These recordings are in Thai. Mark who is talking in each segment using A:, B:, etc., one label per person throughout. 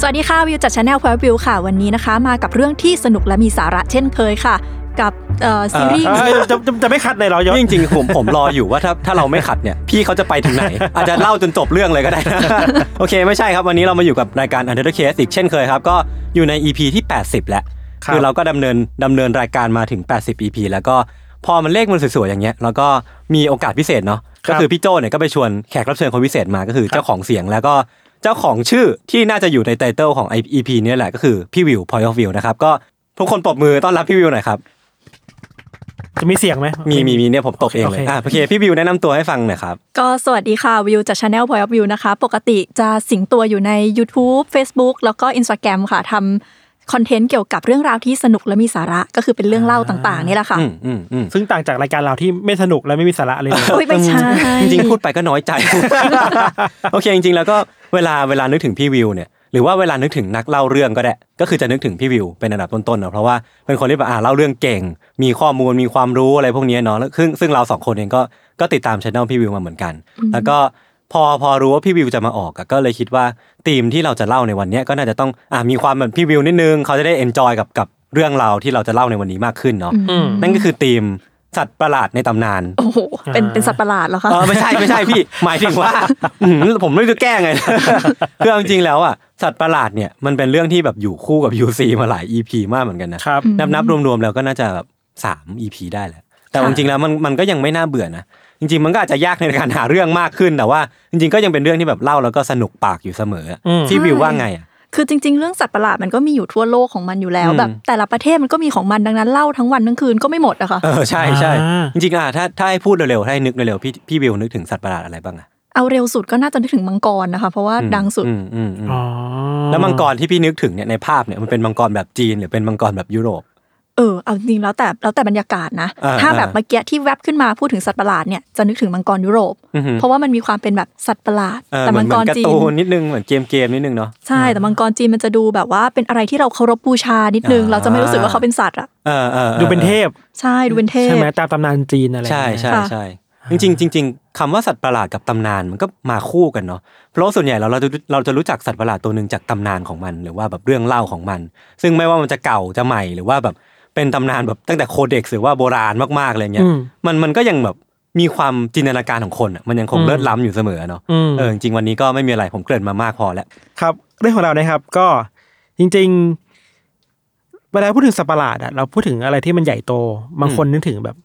A: สวัสดีค่ะ วิวจากชาแนลพอยวิวค่ะ วันนี้นะคะ มากับเรื่องที่สนุกและมีสาระเช่นเคยค่ะ กับเอ่อซีรีส์
B: เอ้ย จะจะจะไม่คัดเลยเหรอยศ
C: นี่จริงๆ ผมผมรออยู่ว่าถ้าถ้าเราไม่ขัดเนี่ย พี่เขาจะไปถึงไหน อาจจะเล่าจนจบเรื่องเลยก็ได้ นะ โอเค ไม่ใช่ครับ วันนี้เรามาอยู่กับรายการ Untitled Case อีกเช่นเคยครับ ก็อยู่ใน EP ที่ 80 แล้ว
B: ครับ
C: อเราก็ดำเนินดำเนินรายการมาถึง 80 EP แล้วก็พอมันเลขมันสวยๆอย่างเงี้ยแล้วก็มีโอกาสพิเศษเนาะ
B: ครั
C: ก็
B: บ
C: คือพี่โจเนี่ยก็ไปชวนแขกรับเชิญคนพิเศษมาก็คือเจ้าของเสียงแล้วก็ เจ้าของชื่อที่น่าจะอยู่ในไตเติลของ EP เนี้แหละก็คือพี่วิว Point of View นะครับก็ทุกคนปรบมือต้อนรับพี่วิวหน่อยครับ
B: จะมีเสียงไหม
C: มีมีมีเนี่ยผมตกเองเลย
B: โอเค
C: อ่ะโอเคพี่วิวแนะนำตัวให้ฟังหน่อยครับ
A: ก็สวัสดีค่ะ วิวจากชาแนลพอยวิวนะคะ ปกติจะสิงตัวอยู่ใน YouTube Facebook แล้วก็ Instagram ค่ะทำคอนเทนต์เกี่ยวกับเรื่องราวที่สนุกและมีสาระก็คือเป็นเรื่องเล่าต่างๆนี่แหละค่ะ
C: อืมอืมอืม
B: ซึ่งต่างจากรายการเราที่ไม่สนุกและไม่มีสาระเลยนะ
A: โอ้ยไม่ใช่
C: จริงๆพูดไปก็น้อยใจ โอเคจริง ๆ แล้วก็เวลาเวลานึกถึงพี่วิวเนี่ยหรือว่าเวลานึกถึงนักเล่าเรื่องก็ได้ ก็คือจะนึกถึงพี่วิวเป็นอันดับต้นๆเนาะเพราะว่าเป็นคนที่แบบอ่าเล่าเรื่องเก่ง มีข้อมูลมีความรู้อะไรพวกเนี้ยเนาะแล้วซึ่งซึ่งเราสองคนเองก็ก็ติดตามช anel พี่วิวมาเหมือนกัน แล้วก็พอพอรู้ว่าพี่วิวจะมาออกอะก็เลยคิดว่าธีมที่เราจะเล่าในวันเนี้ยก็น่าจะต้องอ่ามีความแบบพี่วิวนิดนึงเขาจะได้เอนจอยกับกับเรื่องราวที่เราจะเล่าในวันนี้มากขึ้นเนาะ
B: อืม
C: นั่นก็คือธีมสัตว์ประหลาดในตำนาน
A: โอ้โหเป็นเป็นสัตว์ประหลาดเหรอคะ
C: เออไม่ใช่ไม่ใช่พี่ หมายถึงว่าอื้อหือผมไม่รู้จะแก้ไง นะ คือเอาจริงๆแล้วอ่ะสัตว์ประหลาดเนี่ยมันเป็นเรื่องที่แบบอยู่คู่กับ UC มาหลาย EP มากเหมือนกันนะครับ นับนับรวมๆแล้วก็น่าจะแบบสาม EP ได้แหละแต่จริงๆแล้วมันมันก็ยังไม่น่าเบื่อนะจริงๆ มันก็อาจจะยากในการหาเรื่องมากขึ้นแต่ว่า จริงๆก็ยังเป็นเรื่องที่แบบเล่าแล้วก็สนุกปากอยู่เสมออะ
B: อืม
C: พี่วิวว่าไงอ่ะ
A: คือจริง ๆ เรื่องสัตว์ประหลาดมันก็มีอยู่ทั่วโลกของมันอยู่แล้ว
C: อืม
A: แบบแต่ละประเทศมันก็มีของมันดังนั้นเล่าทั้งวันทั้งคืนก็ไม่หมดอะค่ะ
C: เออใช่ใช่
B: อ่า
C: จริงๆอ่ะถ้าถ้าให้พูดเร็วๆถ้าให้นึกเร็วๆพี่พี่วิวนึกถึงสัตว์ประหลาดอะไรบ้างอ่ะ
A: เอาเร็วสุดก็น่าจะนึกถึงมังกรนะคะ เพราะว่าดังสุด
C: อืมอืมอืม
B: อ๋อ
C: แล้วมังกรที่พี่นึกถึงเนี่ยในภาพเนี่ยมันเป็นมังกรแบบจีนหรือเป็นมังกรแบบยุโรป
A: เออเอาจริงแล้วแต่แล้วแต่บรรยากาศนะ
C: อ่า
A: ถ้าแบบ
C: อ่า
A: เมื่อกี้ที่แวบขึ้นมาพูดถึงสัตว์ประหลาดเนี่ยจะนึกถึงมังกรยุโรป
C: อือหือ
A: เพราะว่ามันมีความเป็นแบบสัตว์ประหลาด
C: เออ
A: แต่
C: เหมื
A: มั
C: อน
A: ง
C: เหมื
A: ก
C: อ
A: ร
C: นการ์
A: จี
C: ตูน
A: น
C: นิดนึงเหมือนเกมเกมนิดนึงเนาะ
A: ใช่แต่มังกรจีนมันจะดูแบบว่าเป็นอะไรที่เราเคารพบูชานิดนึง
C: อ่า
A: เราจะไม่รู้สึกว่าเขาเป็นสัตว์อ่ะ
C: เออเออออ
B: ดูเป็นเทพ
A: ใช่ดูเป็นเทพ
B: ใช่ไหมตามตำนานจีนอะไร
C: ใช่ใช่
A: ค่ะ
C: ใช่จริงๆจริงๆคำว่าสัตว์ประหลาดกับตำนานมันก็มาคู่กันเนาะเพราะว่าส่วนใหญ่เราเราจะเราจะรู้จักสัตว์ประหลาดตัวหนึ่งจากตำนานของมัน หรือว่าแบบเรื่องเล่าของมัน ซึ่งไม่ว่ามันจะเก่าจะใหม่หรือว่าแบบเป็นตำนานแบบตั้งแต่โคเด็กซ์หรือว่าโบราณมากๆอะไรเงี้ย
B: อืม
C: มันมันก็ยังแบบมีความจินตนาการของคนอะมันยังคง
B: อืม
C: เลิศล้ำอยู่เสมอเนาะ
B: อืม
C: เออจริงๆวันนี้ก็ไม่มีอะไรผมเกริ่นมามากพอแล้ว
B: ครับเรื่องของเรานะครับก็จริงๆเวลาพูดถึงสัตว์ประหลาดอะเราพูดถึงอะไรที่มันใหญ่โต บางคนนึกถึงแบบ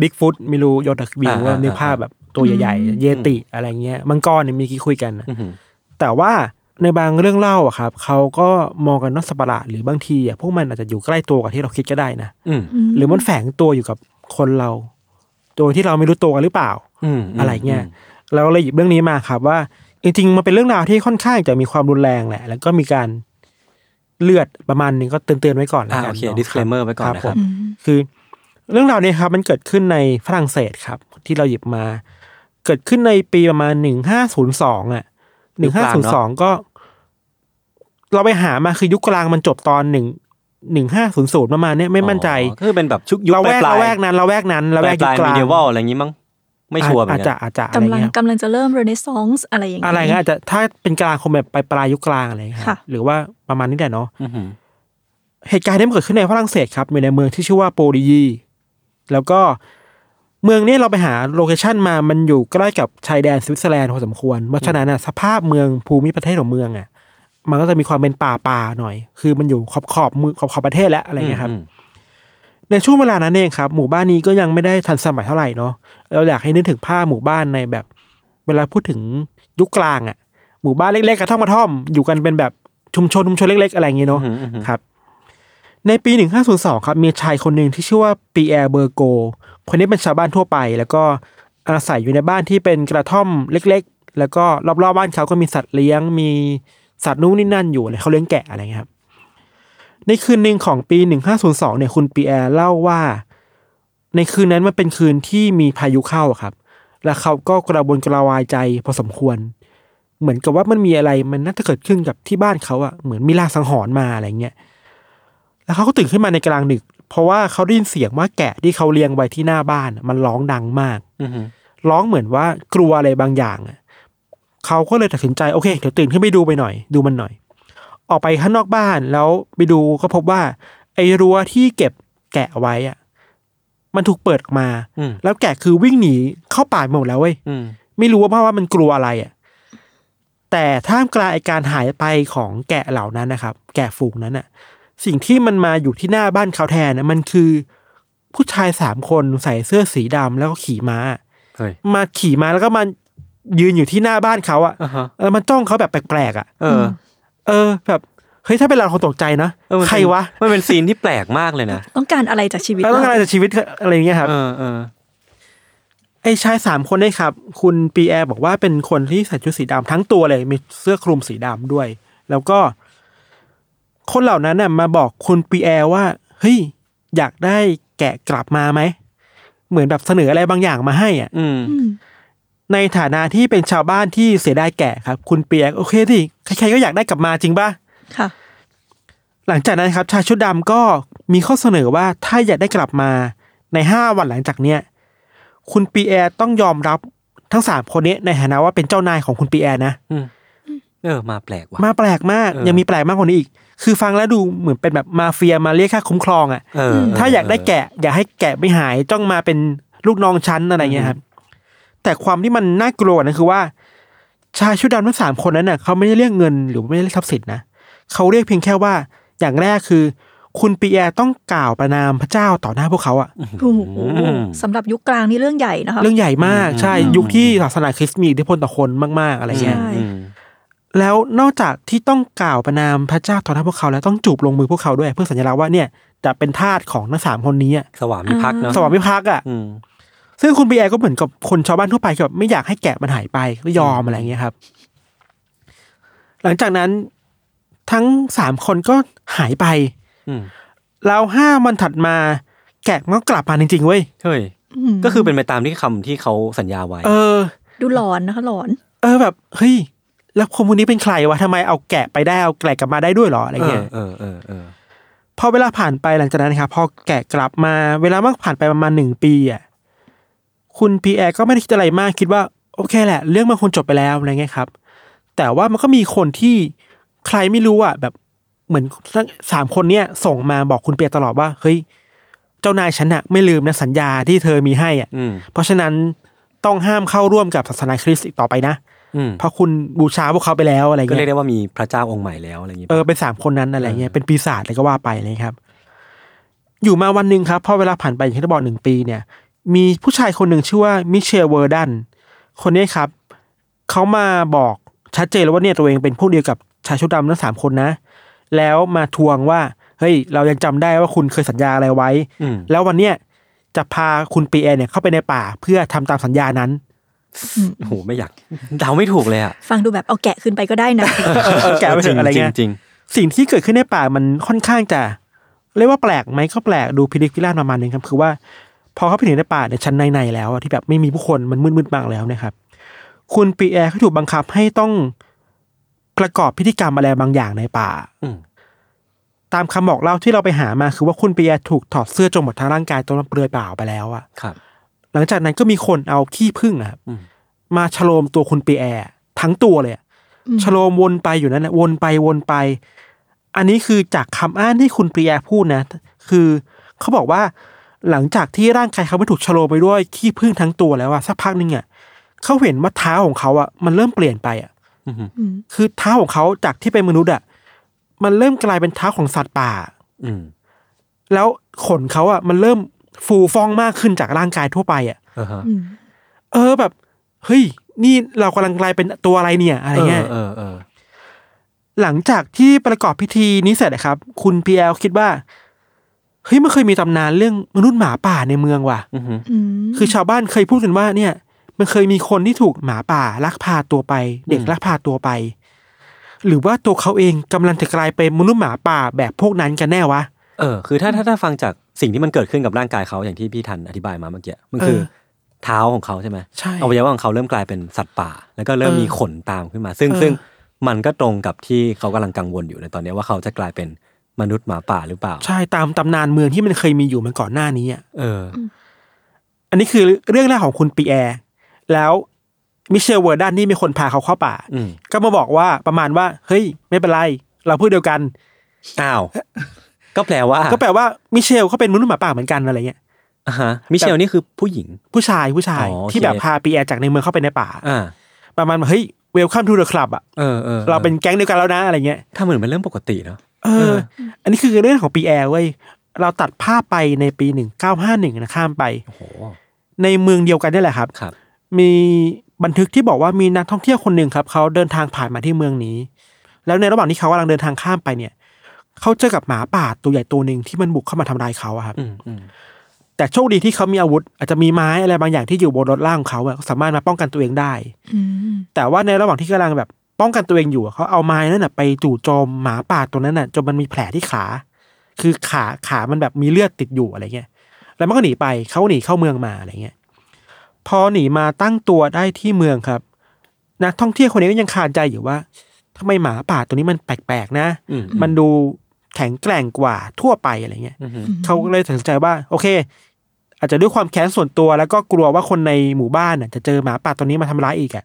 B: บิ๊กฟุตมิลูโยดักบิว
C: อ่า
B: ว่า
C: อ่า
B: นึกภาพแบบตัวใหญ่ๆ เยติอะไรเงี้ยมังกรเนี่ยมีกี่คุยกันนะ
C: อื้อหือ
B: แต่ว่าในบางเรื่องเล่าอะครับเขาก็มองกันว่าสัตว์ประหลาดหรือบางทีอะพวกมันอาจจะอยู่ใกล้ตัวกับที่เราคิดก็ได้นะ
C: อืม
B: หรือมันแฝงตัวอยู่กับคนเรา โดยที่เราไม่รู้ตัวกันหรือเปล่า
C: มม
B: อะไรเงี้ยเราเลยหยิบเรื่องนี้มาครับว่า จริงๆ มันเป็นเรื่องราวที่ค่อนข้างจะมีความรุนแรงแหละ แล้วก็มีการเลือดประมาณนึงก็เตือนๆไว้ก่อนแล้ว
C: อ่า
B: กัน
C: โอเค
B: นาะ
C: disclaimer ไว้ก่อน
B: ครับ
C: นะ
B: ผ
C: ครับ
B: มคือ เรื่องราวเนี้ครับมันเกิดขึ้นในฝรั่งเศสครับ ที่เราหยิบมา เกิดขึ้นในปีประมาณหนึ่งห้าศูนย์สองอ่ะห
C: ยุ
B: นึ่
C: คก
B: งห้า
C: ลาง
B: ศูนย์
C: เน
B: สอ
C: อะ
B: งก็ เราไปหามาคือยุคกลางมันจบตอนหนึ่งหนึ่งห้าศูนย์ศูนย์ประมาณเนี้ยไม่มั่นใจ
C: อ๋อก็คือเป็นแบบชุกยุค
B: เราแวก
C: ปลาย
B: เรา
C: ๆ
B: แวกนั้นเราแวกนั้นเราแวก
C: ป
B: ยุ
C: ลา
B: ค
C: ย
B: กลาง
C: มีเดวอะไรอย่างงี้มั้งไม่ชัวร์เหมือ
B: อาน จ
C: กั
B: จะ
C: น
B: อาจจะอะไร
A: กำลัง
B: เงี้ย
A: กำลังจะเริ่มเรเนซองส์อะไรอย่าง
B: อะไร
A: นี้
B: ก็อาจจะถ้าเป็นกลางคงแบบไปปลายยุคกลางอะไรอย่างเงี้ยครับ
A: ค่ะ
B: หรือว่าประมาณนี้แหละเนาะ
C: อื้อหือ
B: เหตุการณ์นี้มันเกิดขึ้นในฝรั่งเศสครับอยู่ในเมืองที่ชื่อว่าโปลียีแล้วก็เมืองเนี้เราไปหาโลเคชั่นมามันอยู่ใกล้กับชายแดนสวิตเซอร์แลนด์พอสมควรเพราะฉะนั้นน่ะสภาพเมืองภูมิประเทศของเมืองอ่ะมันก็จะมีความเป็นป่าป่าๆหน่อย คือมันอยู่ขอบขอบๆเมืองขอบขอบประเทศแล้วอะไรเงี้ยครับ
C: อืม
B: ในช่วงเวลานั้นเองครับ หมู่บ้านนี้ก็ยังไม่ได้ทันสมัยเท่าไหร่เนาะเราอยากให้นึกถึงภาพหมู่บ้านในแบบ เวลาพูดถึงยุคกลางอะ่ะ หมู่บ้านเล็กๆกระท่อมกระท่อมอยู่กันเป็นแบบชุมชนชุมชนเล็ก ๆ อะไรอย่างเงี้ยเนาะ
C: อืมอืมอืม
B: ครับ ในปี 1502 ครับ มีชายคนหนึ่งที่ชื่อว่าปีแอร์เบอร์โก คนนี้เป็นชาวบ้านทั่วไป แล้วก็อาศัยอยู่ในบ้านที่เป็นกระท่อมเล็ก ๆ แล้วก็รอบๆบ้านเขาก็มีสัตว์เลี้ยง มีสัตว์นู่นนี่นั่นอยู่เลยเขาเลี้ยงแกะอะไรเงี้ยครับ ในคืนหนึ่งของปี 1502 เนี่ยคุณปีแอร์เล่าว่า ในคืนนั้นมันเป็นคืนที่มีพายุเข้าอะครับ แล้วเขาก็กระวนกระวายใจพอสมควร เหมือนกับว่ามันมีอะไรมันน่าจะเกิดขึ้นกับที่บ้านเขาอะเหมือนมีลางสังหรณ์มาอะไรเงี้ย แล้วเขาก็ตื่นขึ้นมาในกลางดึก เพราะว่าเขาได้ยินเสียงว่าแกะที่เขาเลี้ยงไว้ที่หน้าบ้านอะมันร้องดังมาก
C: อือหือ
B: ร้องเหมือนว่ากลัวอะไรบางอย่างอะเขาก็เลยตัดสินใจโอเคเดี๋ยวตื่นขึ้นไปดูไปหน่อย ดูมันหน่อย ออกไปข้างนอกบ้านแล้วไปดูก็พบว่า ไอ้รั้วที่เก็บแกะไว้อะมันถูกเปิดออกมา
C: อืม
B: แล้วแกะคือวิ่งหนีเข้าป่าไปหมดแล้วเว้ย
C: อืม
B: ไม่รู้ว่าเพราะว่ามันกลัวอะไรอ่ะ แต่ท่ามกลางไอ้การหายไปของแกะเหล่านั้นนะครับ แกะฝูงนั้นอ่ะ สิ่งที่มันมาอยู่ที่หน้าบ้านเขาแทนนะมันคือผู้ชายสามคนใส่เสื้อสีดำแล้วก็ขี่ม้า
C: เฮ้ย
B: มาขี่ม้าแล้วก็มายืนอยู่ที่หน้าบ้านเขาอ่ะ
C: อ่าฮะ
B: แล้วมันจ้องเขาแบบแปลกๆอ่ะ
C: เออ
B: เออ แบบเฮ้ยถ้าเป็นเราคงตกใจนะ
C: เออมันเป็น
B: ใครวะ
C: มันเป็นซีนที่แปลกมากเลยนะ
A: ต้องการอะไรจากชีวิต
B: แล้วต้องการ
A: เรา
B: จะชีวิตอะไรอย่างเงี้ยครับ
C: เออเออ
B: ไอ้ชายสามคนเนี่ยครับ คุณปีแอร์บอกว่าเป็นคนที่ใส่ชุดสีดำทั้งตัวเลย มีเสื้อคลุมสีดำด้วย แล้วก็ คนเหล่านั้นน่ะมาบอกคุณปีแอร์ว่าเฮ้ยอยากได้แกะกลับมาไหม เหมือนแบบเสนออะไรบางอย่างมาให้อ่ะ
C: อืม
A: อืม
B: ในฐานะที่เป็นชาวบ้านที่เสียดายแกะครับ คุณปีแอร์ก็โอเคดิใครๆก็อยากได้กลับมาจริงป่ะ
A: ค่ะ
B: หลังจากนั้นครับ ชายชุดดำก็มีข้อเสนอว่าถ้าอยากได้กลับมาในห้าวันหลังจากเนี้ยคุณปีแอร์ต้องยอมรับทั้งสามคนนี้ในฐานะว่าเป็นเจ้านายของคุณปีแอร์นะ
C: อืมเออมาแปลกว่ะ
B: มาแปลกมาก
C: เออ
B: ยังมีแปลกมากกว่านี้อีก คือฟังแล้วดูเหมือนเป็นแบบมาเฟียมาเรียกค่าคุ้มครองอะ่ะ
C: เออ
B: ถ้าอยากได้แกะ อยากให้แกะไม่หายต้องมาเป็นลูกน้องชั้นอะไรเงี้ยครับแต่ความที่มันน่ากลัวกว่านั้นคือว่า ชายชุดดำทั้งสามคนนั้นน่ะเขาไม่ได้เรียกเงินหรือไม่ได้เรียกทรัพย์สินนะ เขาเรียกเพียงแค่ว่าอย่างแรกคือ คุณปีแอร์ต้องกล่าวประนามพระเจ้าต่อหน้าพวกเขาอะ
A: โอ้โหสำหรับยุคกลางนี่เรื่องใหญ่นะคะ
B: เรื่องใหญ่มากใช่ยุคที่ศาสนาคริสต์มีอิทธิพลต่อคนมาก ๆ อะไร
C: อืม
B: เงี้ย
A: ใช่
C: อืม
B: แล้วนอกจากที่ต้องกล่าวประนามพระเจ้าต่อหน้าพวกเขาแล้วต้องจูบลงมือพวกเขาด้วยเพื่อสัญลักษณ์ว่าเนี่ยจะเป็นทาสของทั้งสามคนนี้อะ
C: สวามิภักดิ์เนอะ
B: สวามิภักดิ์อะ
C: อืม
B: ซึ่งคุณปีแอร์ก็เหมือนกับคนชาวบ้านทั่วไปที่แบบไม่อยากให้แกะมันหายไปก็ยอมอะไรเงี้ยครับ หลังจากนั้นทั้งสามคนก็หายไป
C: อืม
B: แล้วห้าวันถัดมาแกะมันก็กลับมาจริงๆเว้ย
C: เฮ้ย
A: ม
C: ก็คือเป็นไปตามที่คำที่เขาสัญญาไว้
B: เออ
A: ดูหลอนนะคะหลอน
B: เออแบบเฮ้ย แล้วคนพวกนี้เป็นใครวะทำไมเอาแกะไปได้เอาแกะกลับมาได้ด้วยเหรออะไรเงี้ย
C: เออเออเออ
B: พอเวลาผ่านไปหลังจากนั้นนะครับพอแกะกลับมาเวลามันผ่านไปประมาณหนึ่งปีอ่ะคุณพีแอร์ก็ไม่ได้คิดอะไรมากคิดว่าโอเคแหละ เรื่องมันคงจบไปแล้วอะไรเงี้ยครับ แต่ว่ามันก็มีคนที่ใครไม่รู้อ่ะแบบเหมือนทั้งสามคนเนี้ยส่งมาบอกคุณเปียตลอดว่าเฮ้ยเจ้านายฉันอะไม่ลืมนะสัญญาที่เธอมีให้อ่ะ
C: อืม
B: เพราะฉะนั้นต้องห้ามเข้าร่วมกับศาสนาคริสต์อีกต่อไปนะ
C: อืม
B: เพราะคุณบูชาพวกเขาไปแล้วอะไร
C: ก็เรีย
B: เงี้
C: ก
B: ย
C: ได้ว่ามีพระเจ้าองค์ใหม่แล้วอะไรอย่างงี้
B: เออเป็นสามคนนั้นอะไรเงี้ยเป็นปีศาจอะไรก็ว่าไปเลยครับ อยู่มาวันหนึ่งครับพอเวลาผ่านไปอย่างที่เราบอกหนึ่งปีเนี่ย มีผู้ชายคนหนึ่งชื่อว่ามิเชลเวอร์ดันคนนี้ครับเขามาบอกชัดเจนแล้วว่าเนี่ยตัวเองเป็นพวกเดียวกับชายชุดดำทั้งสามคนนะ แล้วมาทวงว่าเฮ้ยเรายังจำได้ว่าคุณเคยสัญญาอะไรไว้
C: อืม
B: แล้ววันเนี้ยจะพาคุณปีแอร์เนี่ยเข้าไปในป่าเพื่อทำตามสัญญานั้น
C: โอ้โหไม่อยากเดาไม่ถูกเลยอ่ะ
A: ฟังดูแบบเอาแกะขึ้นไปก็ได้นะ
B: เออแกะไปเถอะอะไรเงี้ย
C: จริง
B: สิ่งที่เกิดขึ้นในป่ามันค่อนข้างจะเรียกว่าแปลกไหมก็แปลกดูพิลิกพิล่านประมาณนึงครับคือว่า พอเขาไปถึงในป่าในชั้นในๆแล้วอะที่แบบไม่มีผู้คนมันมืดๆมากแล้วเนะครับ คุณปีแอร์เขาถูกบังคับให้ต้องประกอบพิธีกรรมอะไรบางอย่างในป่า
C: ๆอืม
B: ตามคำบอกเล่าที่เราไปหามาคือว่าคุณปีแอร์ถูกถอดเสื้อจนหมดทั้งร่างกายจนเปลือยเปล่าไปแล้วอะ
C: ครับ
B: หลังจากนั้นก็มีคนเอาขี้ผึ้งอะครับ
C: อืม
B: มาฉโลมตัวคุณปีแอร์ทั้งตัวเลยอะ
A: อืม
B: ชโลมวนไปอยู่นั่นแหละวนไปวนไป อันนี้คือจากคำอ้างที่คุณปรียาพูดนะ คือเขาบอกว่าหลังจากที่ร่างกายเขาไม่ถูกชโลมไปด้วยขี้ผึ้งทั้งตัวแล้วอะสักพักหนึงอะเขาเห็นว่าเท้าของเขาอะมันเริ่มเปลี่ยนไปอะ
C: อืม
A: อืม
B: คือเท้าของเขาจากที่เป็นมนุษย์อะมันเริ่มกลายเป็นเท้าของสัตว์ป่า
C: อืม
B: แล้วขนเขาอ่ะมันเริ่มฟูฟ่องมากขึ้นจากร่างกายทั่วไปอ่ะ
C: อ่าฮะ
A: อืม
B: เออแบบ เฮ้ย นี่เรากำลังกลายเป็นตัวอะไรเนี่ย อะไรเงี้ย
C: เออเออ
B: หลังจากที่ประกอบพิธีนี้เสร็จนะครับ คุณพีแอลคิดว่า เฮ้ยมันเคยมีตำนานเรื่องมนุษย์หมาป่าในเมืองว่ะ
C: อือฮึ
A: อืม
B: คือชาวบ้านเคยพูดกันว่าเนี่ย มันเคยมีคนที่ถูกหมาป่าลักพาตัวไป เด็กลักพาตัวไป หรือว่าตัวเขาเองกำลังจะกลายเป็นมนุษย์หมาป่าแบบพวกนั้นกันแน่วะ
C: เออคือถ้าถ้าถ้าฟังจากสิ่งที่มันเกิดขึ้นกับร่างกายเขาอย่างที่พี่ทันอธิบายมาเมื่อกี้มันคือ
B: เออ
C: เท้าของเขาใช่ไหม
B: ใช่
C: อวัยวะของเขาเริ่มกลายเป็นสัตว์ป่า แล้วก็เริ่ม
B: เออ
C: มีขนตามขึ้นมา ซึ่ง
B: เออ
C: ซึ่งมันก็ตรงกับที่เขากำลังกังวลอยู่ในตอนนี้ว่าเขาจะกลายเป็นมนุษย์หมาป่าหรือเปล่า
B: ใช่ตามตำนานเมืองที่มันเคยมีอยู่มันก่อนหน้านี้อ่ะ
C: เออ
B: อันนี้คือเรื่องแรกของคุณปีแอร์ แล้วมิเชลเวอร์ดันนี่เป็นคนพาเขาเข้าป่า
C: อืม
B: ก็มาบอกว่าประมาณว่า เฮ้ย ไม่เป็นไร เราพูดเดียวกัน
C: อ้าว ก็แปลว่า
B: ก็แปลว่ามิเชลเขาเป็นมนุษย์หมาป่าเหมือนกันอะไรเงี้ย
C: อ่าฮะมิเชลนี่คือผู้หญิง
B: ผู้ชายผู้ชาย
C: อ๋อโอเค
B: ที่แบบพาปีแอร์จากในเมืองเข้าไปในป่า
C: อ่า
B: ประมาณว่าเฮ้ยเวลคัมทูเดอะคลับอ่ะ
C: เออเออ
B: เราเป็นแก๊งเดียวกันแล้วนะอะไรเงี้ย
C: ถ้าเหมือนเป็นเรื่องปกติเนาะ
B: เออ อันนี้คือเรื่องของปีแอร์เว้ยเราตัดภาพไปในปีหนึ่งเก้าห้าหนึ่งนะข้ามไป
C: โอ้โห
B: ในเมืองเดียวกันนี่แหละครับ
C: ครับ
B: มีบันทึกที่บอกว่ามีนักท่องเที่ยวคนหนึ่งครับ เขาเดินทางผ่านมาที่เมืองนี้ แล้วในระหว่างที่เขากำลังเดินทางข้ามไปเนี่ย เขาเจอกับหมาป่าตัวใหญ่ตัวหนึ่งที่มันบุกเข้ามาทำร้ายเขาอะครับ
C: อืมอืม
B: แต่โชคดีที่เขามีอาวุธ อาจจะมีไม้อะไรบางอย่างที่อยู่บนรถล่างของเขาอะเขาสามารถมาป้องกันตัวเองได้
A: อืม
B: แต่ว่าในระหว่างที่กำลังแบบป้องกันตัวเองอยู่อะเขาเอาไม้นั่นนะไปจู่โจมหมาป่าตัวนั้นน่ะจนมันมีแผลที่ขา คือขาขามันแบบมีเลือดติดอยู่อะไรเงี้ย แล้วมันก็หนีไปเขาหนีเข้าเมืองมาอะไรเงี้ย พอหนีมาตั้งตัวได้ที่เมืองครับนักท่องเที่ยวคนนี้ก็ยังคาใจอยู่ว่าทำไมหมาป่าตัวนี้มันแปลกๆนะ
C: อืม
B: มันดูแข็งแกร่งกว่าทั่วไปอะไรเงี้ย
C: อืมอืม
B: เขาก็เลยตัดสินใจว่า โอเค อาจจะด้วยความแค้นส่วนตัวแล้วก็กลัวว่าคนในหมู่บ้านน่ะจะเจอหมาป่าตัวนี้มาทำร้ายอีกอ่ะ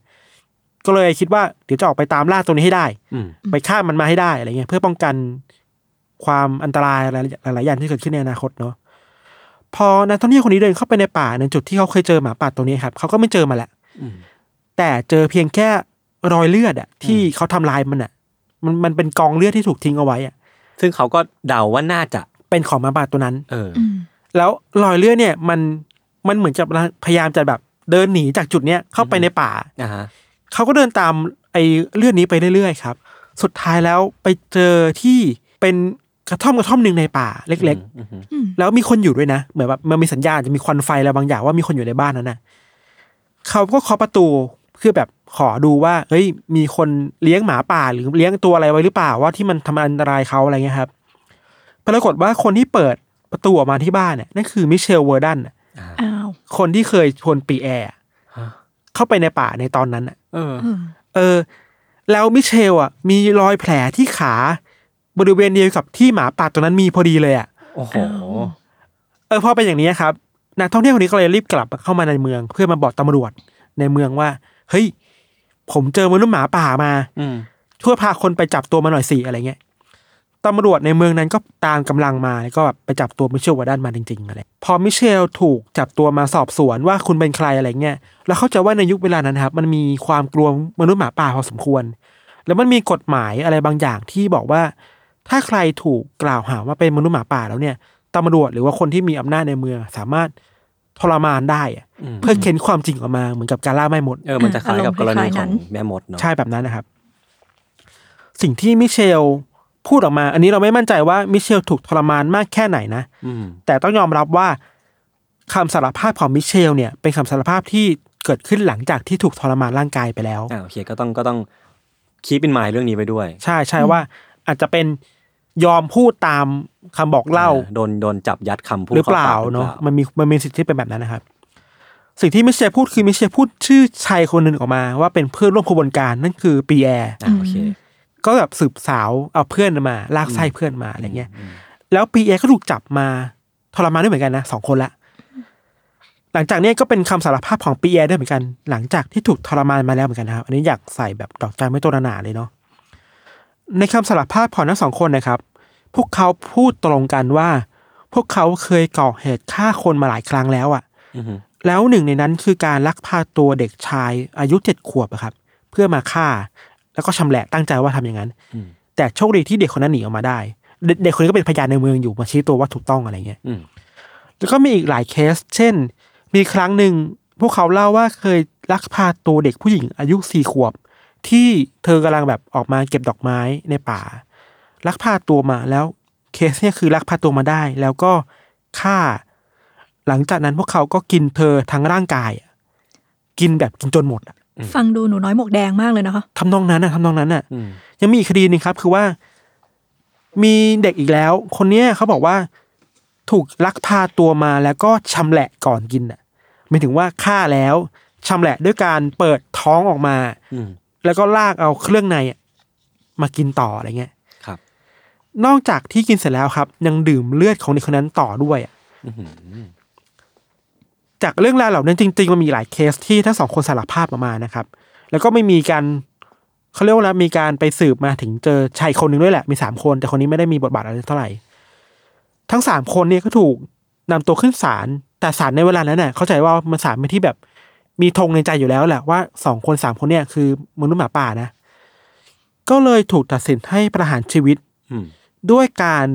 B: ก็เลยคิดว่าเดี๋ยวจะออกไปตามล่าตัวนี้ให้ได้
C: อืม
B: ไปฆ่ามันมาให้ได้อะไรเงี้ยเพื่อป้องกันความอันตรายอะไรหลายๆอย่างที่เกิดขึ้นในอนาคตเนาะพอนักท่องเที่ยวคนนี้เดินเข้าไปในป่าในจุดที่เขาเคยเจอหมาป่าตัวนี้ครับเขาก็ไม่เจอมาแหละ
C: อืม
B: แต่เจอเพียงแค่รอยเลือดอ่ะ ที่เขาทำลายมันอ่ะ มันมันเป็นกองเลือดที่ถูกทิ้งเอาไว้อ่ะ
C: ซึ่งเขาก็เดาว่าน่าจะ
B: เป็นของหมาป่าตัวนั้น
C: เออ
A: อืม
B: แล้วรอยเลื่อนเนี่ยมันมันเหมือนจะพยายามจะแบบเดินหนีจากจุดเนี้ยเข้าไปในป่า
C: อ่าฮะ
B: เขาก็เดินตามไอ้เลื่อนนี้ไปเรื่อยๆครับ สุดท้ายแล้วไปเจอที่เป็นกระท่อมกระท่อมหนึ่งในป่าเล็ก
C: อืมอืม
A: อืม
B: ๆ แล้วมีคนอยู่ด้วยนะ เหมือนแบบมันมีสัญญาณจะมีควันไฟอะไรบางอย่างว่ามีคนอยู่ในบ้านนั้นนะเขาก็เคาะประตูคือแบบขอดูว่า เฮ้ย มีคนเลี้ยงหมาป่าหรือเลี้ยงตัวอะไรไว้หรือเปล่าว่าที่มันทำอันตรายเขาอะไรเงี้ยครับปรากฏว่าคนที่เปิดประตูออกมาที่บ้านเนี่ยนั่นคือมิเชลเวอร์ดันน่ะ
A: อ้าว
B: คนที่เคยชวนปีแอร์
C: ฮะ
B: เข้าไปในป่าในตอนนั้นน่ะ
C: เออ
A: อืม
B: เออ แล้วมิเชลอ่ะ มีรอยแผลที่ขา บริเวณเดียวกับที่หมาป่าตัวนั้นมีพอดีเลยอ่ะ
C: โอ้โห
B: เออพอเป็นอย่างนี้ครับนักท่องเที่ยวคนนี้ก็เลยรีบกลับเข้ามาในเมือง เพื่อมาบอกตำรวจในเมืองว่า เฮ้ย ผมเจอมนุษย์หมาป่ามา
C: อืม
B: ช่วยพาคนไปจับตัวมาหน่อยสิอะไรเงี้ย ตำรวจในเมืองนั้นก็ตามกำลังมาแล้วก็แบบไปจับตัวมิเชลวาด้านมาจริงๆอะไร พอมิเชลถูกจับตัวมาสอบสวนว่าคุณเป็นใครอะไรเงี้ย แล้วเข้าใจว่าในยุคเวลานั้นนะครับ มันมีความกลัวมนุษย์หมาป่าพอสมควร แล้วมันมีกฎหมายอะไรบางอย่างที่บอกว่า ถ้าใครถูกกล่าวหาว่าเป็นมนุษย์หมาป่าแล้วเนี่ยตำรวจหรือว่าคนที่มีอำนาจในเมืองสามารถทรมานได้อะ
C: อืม
B: เพื่อเค้นความจริงออกมาเหมือนกับการล่าไม่หมด
C: เออมันจะคล้ายกับกรณีของแม่มดเนาะ
B: ใช่แบบนั้นนะครับ สิ่งที่มิเชลพูดออกมา อันนี้เราไม่มั่นใจว่ามิเชลถูกทรมานมากแค่ไหนนะ
C: อืม
B: แต่ต้องยอมรับว่าคำสารภาพของมิเชลเนี่ย เป็นคำสารภาพที่เกิดขึ้นหลังจากที่ถูกทรมานร่างกายไปแล้ว
C: อ่าโอเคก็ต้องก็ต้องคีปเป็นหมายเรื่องนี้ไปด้วย
B: ใช่ใช่ว่าอาจจะเป็นยอมพูดตามคำบอกเล่า
C: อ่โดนโดนจับยัดคำพูด
B: หรือเปล่า
C: ข้ปกห
B: เนาะ
C: รือปล่
B: มันมีมันมีสิทธิ์ที่เป็นแบบนั้นนะครับ สิ่งที่มิเชลพูดคือมิเชลพูดชื่อชายคนหนึ่งออกมา ว่าเป็นเพื่อนร่วมขบวนการนั่นคือปีแอร์
C: อ่าโอเค
B: ก็แบบสืบสาวเอาเพื่อนมา ลากไส้เพื่อนมาอะไรเงี้ย แล้วปีเอก็ถูกจับมาทรมานด้วยเหมือนกันนะสองคนละ หลังจากเนี้ยก็เป็นคำสารภาพของปีเอด้วยเหมือนกัน หลังจากที่ถูกทรมานมาแล้วเหมือนกันนะครับ อันนี้อยากใส่แบบดอกจันไม่ตัวหนาๆเลยเนาะในคำสารภาพของทั้งสองคนนะครับ พวกเขาพูดตรงกันว่า พวกเขาเคยก่อเหตุฆ่าคนมาหลายครั้งแล้วอะ
C: อือฮึ
B: แล้วหนึ่งในนั้นคือการลักพาตัวเด็กชายอายุเจ็ดขวบอะครับ เพื่อมาฆ่า แล้วก็ชำแหละตั้งใจว่าทำอย่างนั้น แต่โชคดีที่เด็กคนนั้นหนีออกมาได้ เด็กเด็กคนนี้ก็เป็นพยานในเมืองอยู่มาชี้ตัวว่าถูกต้องอะไรเงี้ย
C: อืม
B: แล้วก็มีอีกหลายเคส เช่น มีครั้งหนึ่งพวกเขาเล่าว่าเคยลักพาตัวเด็กผู้หญิงอายุสี่ขวบ ที่เธอกำลังแบบออกมาเก็บดอกไม้ในป่า ลักพาตัวมาแล้วเคสเนี่ยคือลักพาตัวมาได้ แล้วก็ฆ่า หลังจากนั้นพวกเขาก็กินเธอทั้งร่างกายอะกินแบบกินจนหมดอะ
A: ฟังดูหนูน้อยหมวกแดงมากเลยนะคะ
B: ทำนองนั้นอะทำนองนั้นอะ
C: อืม
B: ยังมีอีกคดีหนึ่งครับ คือว่า มีเด็กอีกแล้ว คนเนี้ยเขาบอกว่า ถูกลักพาตัวมาแล้วก็ชำแหละก่อนกินอ่ะหมายถึงว่าฆ่าแล้วชำแหละด้วยการเปิดท้องออกมา
C: อืม
B: แล้วก็ลากเอาเครื่องในอะมากินต่ออะไรเงี้ย
C: ครับ
B: นอกจากที่กินเสร็จแล้วครับ ยังดื่มเลือดของเด็กคนนั้นต่อด้วยอะ
C: อื้อหือ
B: จากเรื่องราวเหล่านั้นจริง ๆ มันมีหลายเคสที่ทั้งสองคนสารภาพออกมานะครับ แล้วก็ไม่มีการเขาเรียกว่าอะไรมีการไปสืบมาถึงเจอชายคนหนึ่งด้วยแหละ มีสามคน แต่คนนี้ไม่ได้มีบทบาทอะไรเท่าไหร่ ทั้งสามคนเนี่ยก็ถูกนำตัวขึ้นศาลแต่ศาลในเวลานั้นน่ะ เข้าใจว่ามันศาลเป็นที่แบบ มีธงในใจอยู่แล้วแหละว่าสองคนสามคนเนี่ยคือมนุษย์หมาป่านะ ก็เลยถูกตัดสินให้ประหารชีวิต
C: อืม
B: ด้วยการ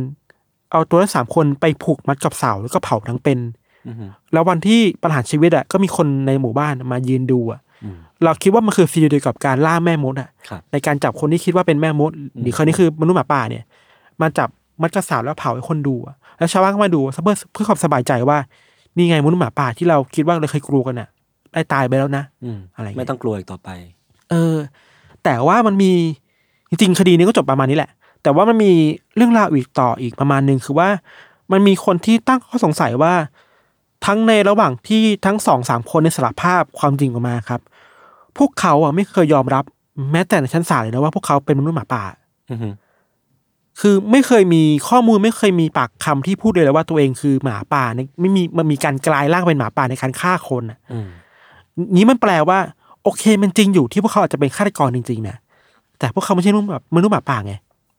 B: เอาตัวทั้งสามคนไปผูกมัดกับเสาแล้วก็เผาทั้งเป็น
C: อื้อหือ
B: แล้ววันที่ประหารชีวิตอ่ะก็มีคนในหมู่บ้านมายืนดูอ่ะ
C: อืม
B: เราคิดว่ามันคือฟีลเดียวกับการล่าแม่มดอ่ะ
C: ครับ
B: ในการจับคนที่คิดว่าเป็นแม่มดหรือคนนี้คือมนุษย์หมาป่าเนี่ย มาจับมัดกระสาวแล้วเผาให้คนดูอะแล้วชาวบ้านก็มาดูเพื่อเพื่อความสบายใจว่า นี่ไงมนุษย์หมาป่าที่เราคิดว่าเราเคยกลัวกันอ่ะ ได้ตายไปแล้วนะ
C: อืม
B: อะไรเงี้ย
C: ไม่ต้องกลัวอีกต่อไป
B: เออ แต่ว่ามันมีจริงๆคดีนี้ก็จบประมาณนี้แหละ แต่ว่ามันมีเรื่องราวอีกต่ออีกประมาณหนึ่งคือว่า มันมีคนที่ตั้งข้อสงสัยว่า ทั้งในระหว่างที่ทั้งสองสามคนในยสารภาพความจริงออกมาครับ พวกเขาอ่ะไม่เคยยอมรับแม้แต่ในชั้นศาลเลยนะว่าพวกเขาเป็นมนุษย์หมาป่า
C: อือหือ
B: คือไม่เคยมีข้อมูลไม่เคยมีปากคำที่พูดเลยเลยว่าตัวเองคือหมาป่าในไม่มีมันมีการกลายร่างเป็นหมาป่าในการฆ่าคนอ่ะ
C: อืม
B: นี้มันแปลว่า โอเคมันจริงอยู่ที่พวกเขาอาจจะเป็นฆาตกรจริงๆนะแต่พวกเขาไม่ใช่มนุษย์แบบมนุษย์หมาป่าไง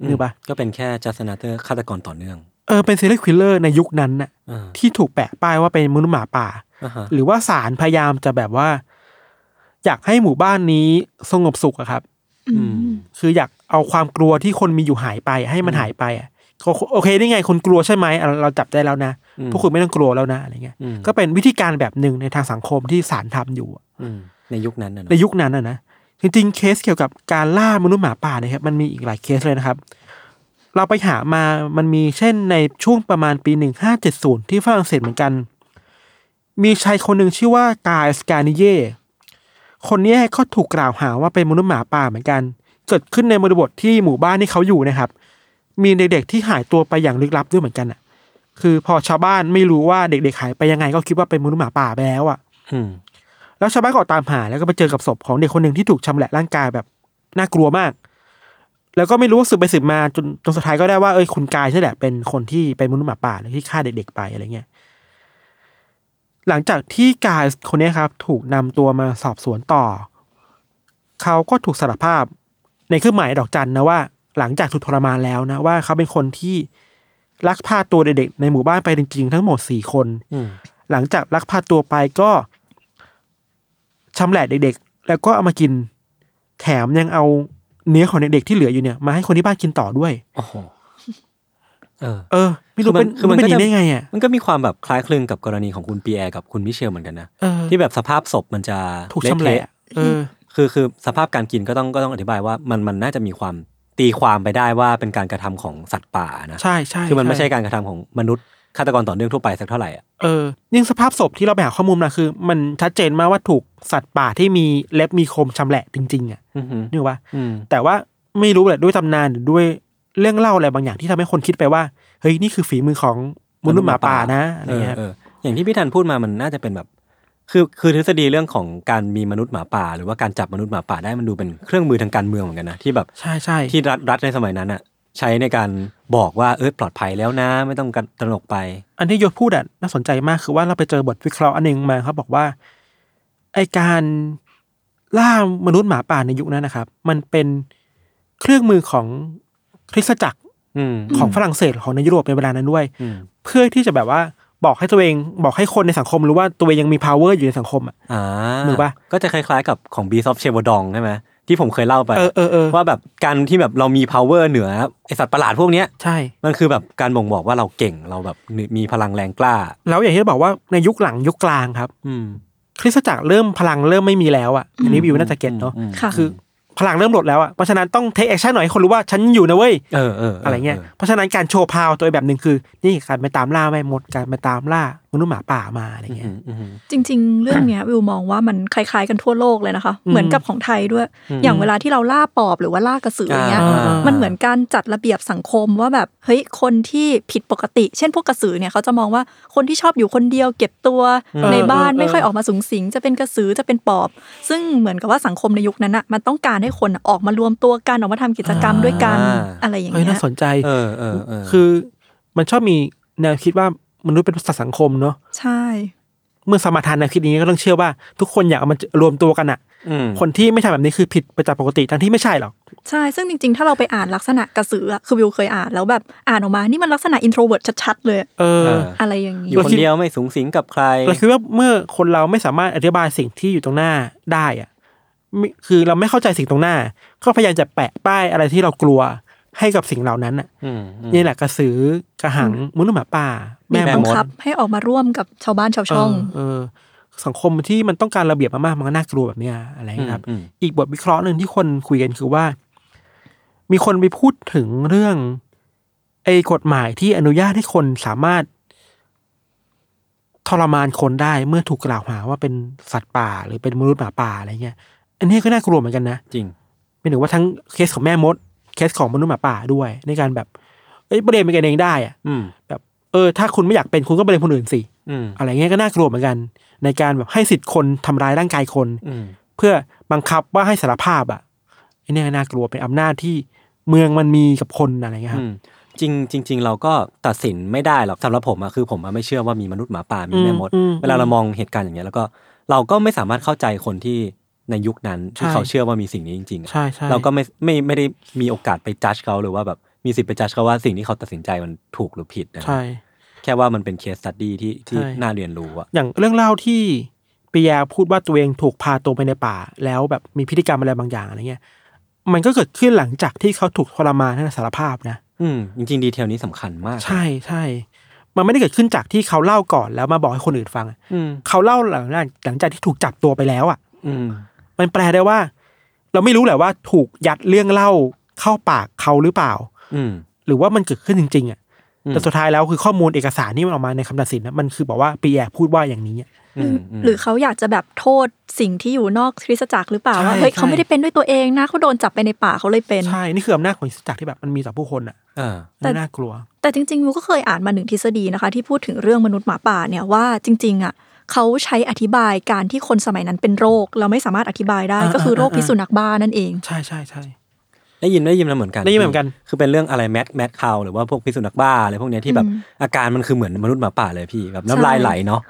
B: นึกปะ
C: ก็เป็นแค่จัสนาเตอร์ฆาตกรต่อเนื่อง
B: เออเป็นซีรีส์คิลเลอร์ในยุคนั้นน่ะ
C: อ่า
B: ที่ถูกแปะป้ายว่าเป็นมนุษย์หมาป่า
C: อ่าฮะ
B: หรือว่าศาลพยายามจะแบบว่า อยากให้หมู่บ้านนี้สงบสุขอะครับ
C: อืม
B: คืออยากเอาความกลัวที่คนมีอยู่หายไปให้มันหายไปอะก็โอเคนี่ไงคนกลัวใช่ไหมอ่ะเราจับได้แล้วนะ
C: อืม
B: พวกคุณไม่ต้องกลัวแล้วนะอะไรเงี้ย
C: อืม
B: ก็เป็นวิธีการแบบหนึ่งในทางสังคมที่ศาลทำอยู่อะ
C: อืมในยุคนั้นนะเนอะ
B: ในยุคนั้นนะนะจริงๆเคสเกี่ยวกับการล่ามนุษย์หมาป่าเนะครับมันมีอีกหลายเคสเลยนะครับ เราไปหามามันมีเช่นในช่วงประมาณปี 1570 ที่ฝรั่งเศสเหมือนกัน มีชายคนหนึ่งชื่อว่ากายสกานิเย่คนเนี้ยก็ถูกกล่าวหาว่าเป็นมนุษย์หมาป่าเหมือนกัน เกิดขึ้นในบริบทที่หมู่บ้านที่เขาอยู่นะครับ มีเด็กๆที่หายตัวไปอย่างลึกลับด้วยเหมือนกันอ่ะ คือพอชาวบ้านไม่รู้ว่าเด็กๆหายไปยังไง ก็คิดว่าเป็นมนุษย์หมาป่าไปแล้วอ่ะ
C: อืม
B: แล้วชาวบ้านก็ออกตามหาแล้วก็ไปเจอกับศพของเด็กคนหนึ่งที่ถูกชำแหละร่างกายแบบน่ากลัวมาก แล้วก็ไม่รู้ว่าสืบไปสืบมาจนจนสุดท้ายก็ได้ว่าเอ้ยคุณกายใช่แหละเป็นคนที่เป็นมนุษย์หมาป่าหรือที่ฆ่าเด็กๆไปอะไรเงี้ยหลังจากที่กายคนเนี้ยครับ ถูกนำตัวมาสอบสวนต่อ เขาก็ถูกสารภาพในเครื่องหมายดอกจันนะว่า หลังจากถูกทรมานแล้วนะว่าเขาเป็นคนที่ลักพาตัวเด็กๆในหมู่บ้านไปจริงๆทั้งหมดสี่คน
C: อืม
B: หลังจากลักพาตัวไปก็ชำแหละเด็กๆ แล้วก็เอามากิน แถมยังเอาเนื้อของเด็กๆที่เหลืออยู่เนี่ย มาให้คนที่บ้านกินต่อด้วย
C: โอ้โหเออ
B: เออ ไม่รู้
C: คือมั
B: เป็น น
C: คือมัน
B: เป็นหนี
C: ก็จะ
B: ได้ไงอ่ะ
C: มันก็มีความแบบคล้ายคลึงกับกรณีของคุณปีแอร์กับคุณมิเชลเหมือนกันนะ
B: เออ
C: ที่แบบสภาพศพมันจะ
B: ถูกชำแหละ
C: เท
B: เออ
C: คือคือสภาพการกินก็ต้องก็ต้องอธิบายว่ามันมันน่าจะมีความตีความไปได้ว่าเป็นการกระทำของสัตว์ป่านะ
B: ใช่ใช่
C: คือมันไม่ใช่การกระทำของมนุษย์ฆาตกรต่อเนื่องทั่วไปสักเท่าไหร่อ่ะ
B: เออยิ่งสภาพศพที่เราไปหาข้อมูลมาคือ มันชัดเจนมากว่าถูกสัตว์ป่าที่มีเล็บมีคมชำแหละจริงๆอ่ะ
C: อือหือ
B: นึกว่า
C: อืม
B: แต่ว่าไม่รู้แหละด้วยตำนานหรือด้วยเรื่องเล่าอะไรบางอย่างที่ทำให้คนคิดไปว่าเฮ้ยนี่คือฝีมือของมนุษย์หมาป่านะอะไรเงี้ย
C: เออเอออย่างที่พี่ธันพูดมามันน่าจะเป็นแบบ คือคือทฤษฎีเรื่องของการมีมนุษย์หมาป่า หรือว่าการจับมนุษย์หมาป่าได้มันดูเป็นเครื่องมือทางการเมืองเหมือนกันนะที่แบบ
B: ใช่ใช่
C: ที่รัฐรัฐในสมัยนั้นอ่ะ ใช้ในการบอกว่าเออปลอดภัยแล้วนะ ไม่ต้องกันตระหนกไป
B: อันที่ยศพูดอ่ะน่าสนใจมากคือว่าเราไปเจอบทวิเคราะห์อันหนึ่งมาเขาบอกว่า ไอการล่ามนุษย์หมาป่าในยุคนั้นนะครับ มันเป็นเครื่องมือของคริสตจักร
C: อืม
B: ของฝรั่งเศสของในยุโรปในเวลานั้นด้วย
C: อืม
B: เพื่อที่จะแบบว่าบอกให้ตัวเองบอกให้คนในสังคมรู้ว่าตัวเองยังมี power อยู่ในสังคมอ่ะ
C: อ่า
B: หรือปะ
C: ก็จะคล้ายๆกับของบีซอฟเชวดองใช่ไหม ที่ผมเคยเล่าไป
B: เออเออเออ
C: ว่าแบบการที่แบบเรามี power เหนือไอสัตว์ประหลาดพวกเนี้ย
B: ใช่
C: มันคือแบบการบ่งบอกว่าเราเก่งเราแบบมีพลังแรงกล้า
B: แล้วอย่างที่บอกว่าในยุคหลังยุคกลางครับ
C: อืม
B: คริสตจักรเริ่มพลังเริ่มไม่มีแล้วอ่ะอันนี้วิวน่าจะเก็ตเนาะ
C: อืมอืม
A: ค่ะ
B: คือพลังเริ่มหมดแล้วอ่ะเพราะฉะนั้นต้องเทคแอคชั่นหน่อยให้คนรู้ว่าฉันอยู่นะเว้ย
C: เออเออ
B: อะไรเงี้ย เพราะฉะนั้นการโชว์พาวตัวแบบหนึ่งคือ นี่การไปตามล่าแม่มดการไปตามล่ามนุษย์หมาป่ามาอะไร
C: อืม
B: เงี้
C: อื
B: ย
C: มอืม
A: จริง ๆ เรื่องเนี้ยวิวมองว่ามันคล้ายๆกันทั่วโลกเลยนะคะ
B: อืม
A: เหมือนกับของไทยด้วย อย่างเวลาที่เราล่าปอบหรือว่าล่ากระสืออย่างเงี้ย
C: อ่ามั
A: มันเหมือนการจัดระเบียบสังคมว่าแบบเฮ้ยคนที่ผิดปกติ เช่นพวกกระสือเนี่ยเขาจะมองว่าคนที่ชอบอยู่คนเดียวเก็บตัวในบ้าน
B: เออเออ
A: ไม่ค่อยออกมาสูงสิงจะเป็นกระสือจะเป็นปอบ ซึ่งเหมือนกับว่าสังคมในยุคนั้นอะมันต้องการให้คนออกมารวมตัวกันออกมาทำกิจกรรมด้วยกัน
C: อ่า
A: อะไรอย่าง
B: เฮ้ย
A: เงี้
B: น่าย สนใจ
C: เออเออเออ
B: คือมันชอบมีแนวคิดว่ามนุษย์เป็นสัตว์สังคมเนาะ
A: ใช่
B: เมื่อสมมาทานแนวคิดนี้ก็ต้องเชื่อว่า ทุกคนอยากเอามารวมตัวกันอะ
C: อืม
B: คนที่ไม่ทำแบบนี้คือผิดไปจากปกติทั้งที่ไม่ใช่หรอก
A: ใช่ซึ่งจริงๆ ถ้าเราไปอ่านลักษณะกระสืออะคือวิวเคยอ่านแล้วแบบอ่านออกมานี่มันลักษณะอินโทรเวิร์ตชัดๆเลย
B: เออ
C: เออ
A: อะไรอย่างนี้
C: อยู่คนเดียวไม่สูงสิงกับใคร
B: เราคิดว่าเมื่อคนเราไม่สามารถอธิบายสิ่งที่อยู่ตรงหน้าได้อะมิคือเราไม่เข้าใจสิ่งตรงหน้า ก็พยายามจะแปะป้ายอะไรที่เรากลัวให้กับสิ่งเหล่านั้นอะ
C: อืมอืม
B: นี่แหละกระสือกระหังมนุษย์หมาป่า
A: มี
B: แม่
C: แม่
B: ม
A: บัง
B: ด
C: มด
A: คับให้ออกมาร่วมกับชาวบ้านชาว
B: เอ
A: ช่อง
B: อเออ สังคมที่มันต้องการระเบียบมากๆมันก็น่ากลัวแบบเนี้ยอะไรนะครับ
C: อืม
B: อีกบทวิเคราะห์หนึ่งที่คนคุยกันคือว่า มีคนไปพูดถึงเรื่องไอ้กฎหมายที่อนุญาตให้คนสามารถ ทรมานคนได้เมื่อถูกกล่าวหาว่าเป็นสัตว์ป่า หรือเป็นมนุษย์หมาป่าอะไรเงี้ย อันนี้ก็น่ากลัวเหมือนกันนะ
C: จริง
B: ไม่ถึงว่าทั้งเคสของแม่มด เคสของมนุษย์หมาป่าด้วย ในการแบบ เอ้ยประเด็นเป็นกันเองได้อะ
C: อืม
B: แบบเออถ้าคุณไม่อยากเป็นคุณก็ไปเป็นคนอื่นสิ
C: อืม
B: อะไรเงี้ยก็น่ากลัวเหมือนกัน ในการแบบให้สิทธิ์คนทำร้ายร่างกายคน
C: อืม
B: เพื่อบังคับว่าให้สารภาพอ่ะไอ้เนี่ยน่ากลัวเป็นอำนาจที่เมืองมันมีกับคนอะไรเงี้ยค
C: อื
B: รับ
C: มจริงจริง ๆ เราก็ตัดสินไม่ได้หรอกสำหรับผมอะคือผมอะไม่เชื่อว่ามีมนุษย์หมาป่ามีแม่มด
B: อืมอืม
C: เวลาเรามองเหตุการณ์อย่างเงี้ยแล้วก็เราก็ไม่สามารถเข้าใจคนที่ในยุคนั้นที่
B: ใช่
C: เขาเชื่อว่ามีสิ่งนี้จริงๆอะ
B: ใช่ใช่
C: เราก็ไม่ไม่ไม่ได้มีโอกาสไปจัดเขาหรือว่าแบบมีสิทธิ์ไปจัดเขาว่าสิ่งที่เขาตัดสินใจมันถูกหรือผิดนะ
B: ใช่
C: แค่ว่ามันเป็นเคสตัดดี้ที่ที่
B: ใช่
C: น่าเรียนรู้อะ
B: อย่างเรื่องเล่าที่ปิยาพูดว่าตัวเองถูกพาตัวไปในป่า แล้วแบบมีพฤติกรรมอะไรบางอย่างอะไรเงี้ย มันก็เกิดขึ้นหลังจากที่เขาถูกทรมานให้สารภาพนะ
C: อืมจริงๆ ดีเทลนี้สำคัญมาก
B: ใช่ใช่ มันไม่ได้เกิดขึ้นจากที่เขาเล่าก่อนแล้วมาบอกให้คนอื่นฟังอะ
C: อืม
B: เขาเล่าหลังจากหลังจากที่ถูกจับตัวไปแล้วอ่ะ
C: อืม
B: มันแปลได้ว่า เราไม่รู้แหละว่าถูกยัดเรื่องเล่าเข้าปากเขาหรือเปล่า
C: อืม
B: หรือว่ามันเกิดขึ้นจริง ๆอ่ะ
C: อืม
B: แต่สุดท้ายแล้วคือข้อมูลเอกสารที่มันออกมาในคำตัดสินนะมันคือบอกว่าปีแอร์พูดว่าอย่างนี้อะ
C: อืมม
A: หรือเขาอยากจะแบบโทษสิ่งที่อยู่นอกคริสตจักรหรือเปล่า
B: ใช่
A: ว่าเฮ้ย
B: ใช่
A: เขาไม่ได้เป็นด้วยตัวเองนะเขาโดนจับไปในป่าเขาเลยเป็น
B: ใช่ นี่คืออำนาจของอิสจักรที่แบบมันมีต่อผู้คนอ่ะ
C: เออ
A: แต่
B: น่ากลัว
A: แต่จริงๆวิวก็เคยอ่านมาหนึ่งทฤษฎีนะคะ ที่พูดถึงเรื่องมนุษย์หมาป่าเนี่ยว่าจริงๆอ่ะเขาใช้อธิบายการที่คนสมัยนั้นเป็นโรค เราไม่สามารถอธิบายได้
B: อ่า
A: ก็คือโรค
B: อ่า
A: พิษสุนัขบ้านั่นเอง
B: ใช่ใช่ใช่
C: ได้ยินได้ยินมาเหมือนกัน
B: ได้ยินเหมือนกัน
C: คือเป็นเรื่องอะไรแมทแมทคาวหรือว่าพวกพิษสุนัขบ้าอะไรพวกเนี้ยที่แบบ
A: อืม
C: อาการมันคือเหมือนมนุษย์หมาป่าเลยพี่แบบน้ำ
A: ใช่
C: ลายไหลเนาะ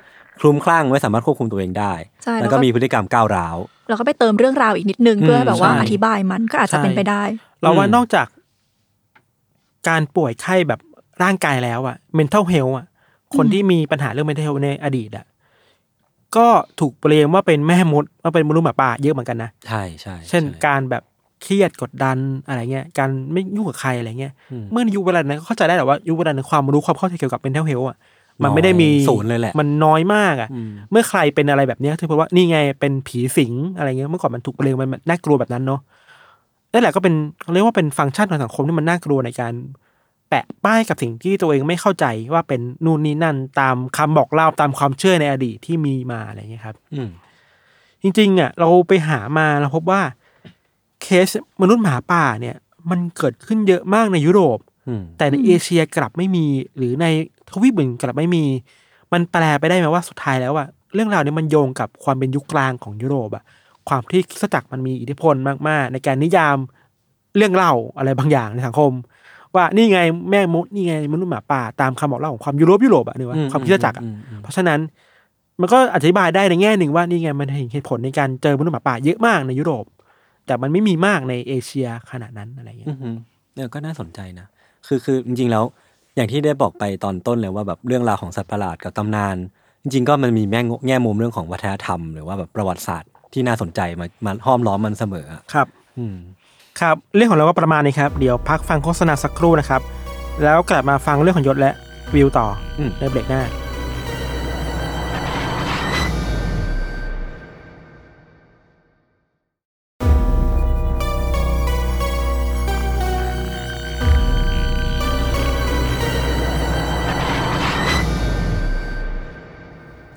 C: คลุมคลั่งไม่สามารถควบคุมตัวเองได้
A: ใช่
C: แล้ว
A: แล้วก็
C: ก็มีพฤติกรรมก้าวร้าว
A: เราก็ไปเติมเรื่องราวอีกนิดนึงเพื่อแบบว่า
C: ใช่
A: อธิบายมันก็อาจจะเป็นไปได้
B: เราว่า
C: อืม
B: นอกจาก การป่วยไข้แบบร่างกายแล้วอะ mental health อะคนที่มีปัญหาเรื่อง mental health ในอดีตอะก็ถูกเปรียบว่าเป็นแม่มดว่าเป็นมนุษย์หมาป่าเยอะเหมือนกันนะ
C: ใช่ใช่
B: เช่น
C: ใ
B: การแบบเครียดกดดันอะไรเงี้ย การไม่ยุ่งกับใครอะไรเงี้ย
C: อืม
B: เมื่อในยุคเวลานั้นก็เข้าใจได้แต่ว่ายุคเวลานั้นความรู้ความเข้าใจเกี่ยวกับ mental health อะมันไม่ได้มี
C: ศูนย์เลยแหละ
B: มันน้อยมากอะ
C: อืม
B: เมื่อใครเป็นอะไรแบบเนี้ยถือว่านี่ไงเป็นผีสิงอะไรเงี้ยเมื่อก่อนมันถูกเปรียบมันมันน่ากลัวแบบนั้นเนาะนั่นแหละก็เป็นเขาเรียกว่าเป็นฟังก์ชันของสังคมที่มันน่ากลัวในการ แปะป้ายกับสิ่งที่ตัวเองไม่เข้าใจว่าเป็นนู่นนี่นั่นตามคำบอกเล่าตามความเชื่อในอดีตที่มีมาอะไรเงี้ยครับ
C: อืม
B: จริงๆอ่ะเราไปหามาเราพบว่า เคสมนุษย์หมาป่าเนี่ย มันเกิดขึ้นเยอะมากในยุโรป
C: อืม
B: แต่ในเอเชียกลับไม่มี หรือในทวีปอื่นกลับไม่มี มันแปลไปได้ไหมว่าสุดท้ายแล้วอ่ะเรื่องราวเนี้มันโยงกับความเป็นยุคกลางของยุโรปอ่ะความที่คริสตจักรมันมีอิทธิพลมากๆ ในการนิยามเรื่องเล่าอะไรบางอย่างในสังคม ว่านี่ไงแม่มดนี่ไงมนุษย์หมาป่าตามคำบอกเล่าของความยุโรปยุโรปอ่ะเนี่ยว่าความคริสตจักรอ่ะ เพราะฉะนั้นมันก็อธิบายได้ในแง่หนึ่งว่านี่ไงมันเห็นเหตุผลในการเจอมนุษย์หมาป่าเยอะมากในยุโรป แต่มันไม่มีมากในเอเชียขนาดนั้นอะไรเงี้ย
C: อือหือเออก็น่าสนใจนะ คือคือจริงๆแล้วอย่างที่ได้บอกไปตอนต้นเลยว่าแบบเรื่องราวของสัตว์ประหลาดกับตำนาน จริงๆก็มันมีแง่แง่มุมเรื่องของวัฒนธรรม หรือว่าแบบประวัติศาสตร์ที่น่าสนใจมามาห้อมล้อมมันเสมออะ
B: ครับ
C: อืม
B: ครับ เรื่องของเราก็ประมาณนี้ครับ เดี๋ยวพักฟังโฆษณาสักครู่นะครับ แล้วกลับมาฟังเรื่องของยศและวิวต่ออ
C: ม
B: ในเบรกหน้า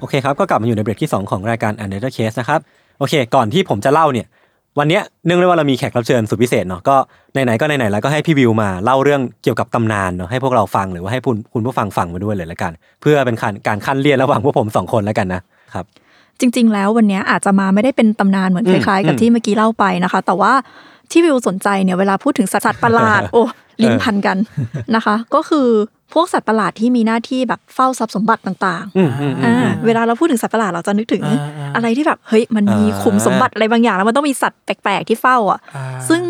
C: โอเคครับ ก็กลับมาอยู่ในเบรกที่ 2 ของรายการ u n d e r t a Case นะครับ โอเค ก่อนที่ผมจะเล่าเนี่ย วันเนี้ยเนื่องด้วยว่าเรามีแขกรับเชิญสุดพิเศษเนาะก็ไหนๆก็ไหนๆแล้วก็ให้พี่วิวมาเล่าเรื่องเกี่ยวกับตำนานเนาะให้พวกเราฟังหรือว่าให้คุณคุณผู้ฟังฟังมาด้วยเลยละกัน เพื่อเป็นการการขั้นเลี่ยนระหว่างพวกผมสองคนแล้วกันนะครับ
A: จริง ๆ แล้ววันเนี้ยอาจจะมาไม่ได้เป็นตำนานเหมือน
C: อื
A: ค
C: ม
A: ล้ายๆ กับ
C: อืม
A: ที่เมื่อกี้เล่าไปนะคะ แต่ว่าที่วิวสนใจเนี่ยเวลาพูดถึงสัตว์ประหลาด โอ้ลิ้นพันกันนะคะ ก็คือพวกสัตว์ประหลาดที่มีหน้าที่แบบเฝ้าทรัพย์สมบัติต่างๆ
C: อืมอืมอืม
A: อ่าเวลาเราพูดถึงสัตว์ประหลาดเราจะนึกถึง
B: อ่าอ่า
A: อะไรที่แบบเฮ้ยมันมี
C: อ่า
A: ขุมสมบัติอะไรบางอย่างแล้วมันต้องมีสัตว์แปลกๆที่เฝ้าอ่ะ ซึ่ง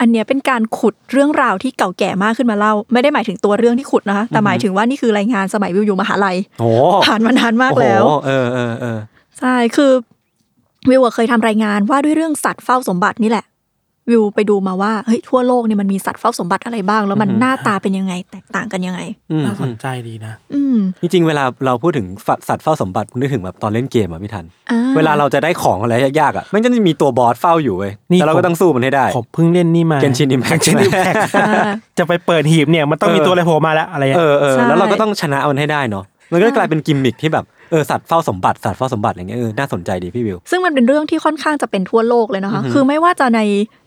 A: อันเนี้ยเป็นการขุดเรื่องราวที่เก่าแก่มากขึ้นมาเล่า ไม่ได้หมายถึงตัวเรื่องที่ขุดนะคะแต่หมายถึงว่านี่คือรายงานสมัยวิวอยู่มหาลัย
C: โอ้
A: ผ่านมานานมากแล้ว
C: โอ้โหเออเออเออ
A: ใช่ คือวิวอะเคยทำรายงานว่าด้วยเรื่องสัตว์เฝ้าสมบัตินี่แหละ วิวไปดูมาว่าเฮ้ยทั่วโลกเนี่ยมันมีสัตว์เฝ้าสมบัติอะไรบ้าง แล้วมัน
C: อือฮึ
A: หน้าตาเป็นยังไง แตกต่างกันยังไง
C: อืม
B: น่าส
C: อื
B: น
C: ม
B: ใจดีนะ
A: อืม
C: จริงๆเวลาเราพูดถึงสัตว์เฝ้าสมบัติผมนึกถึงแบบตอนเล่นเกมอะพี่ทัน
A: อ่
C: เวลาเราจะได้ของอะไรยากๆอ่ะมันก็จะมีตัวบอสเฝ้าอยู่เว้ย
B: นี่
C: แต่เราก็ต้องสู้มันให้ได้
B: ผมเพิ่งเล่นนี่มา
C: Genshin Impact
B: เกนชินอิมแพค
A: อ่า
B: จะไปเปิดหีบเนี่ยมันต้องมี
C: เออ
B: ตัวอะไรโผล่มาแล้วอะไรอะ
C: เออเออ
A: ใช่
C: แล้วเราก็ต้องชนะมันให้ได้เนาะมันก็เลยกลายเป็นกิมมิคที่แบบเออสัตว์เฝ้าสมบัติสัตว์เฝ้าสมบัติอะไรเงี้ยเออน่าสนใจดีพี่วิว
A: ซึ่งมันเป็นเรื่องที่ค่อนข้างจะเป็นทั่วโลกเลยนะคะ คือไม่ว่าจะใน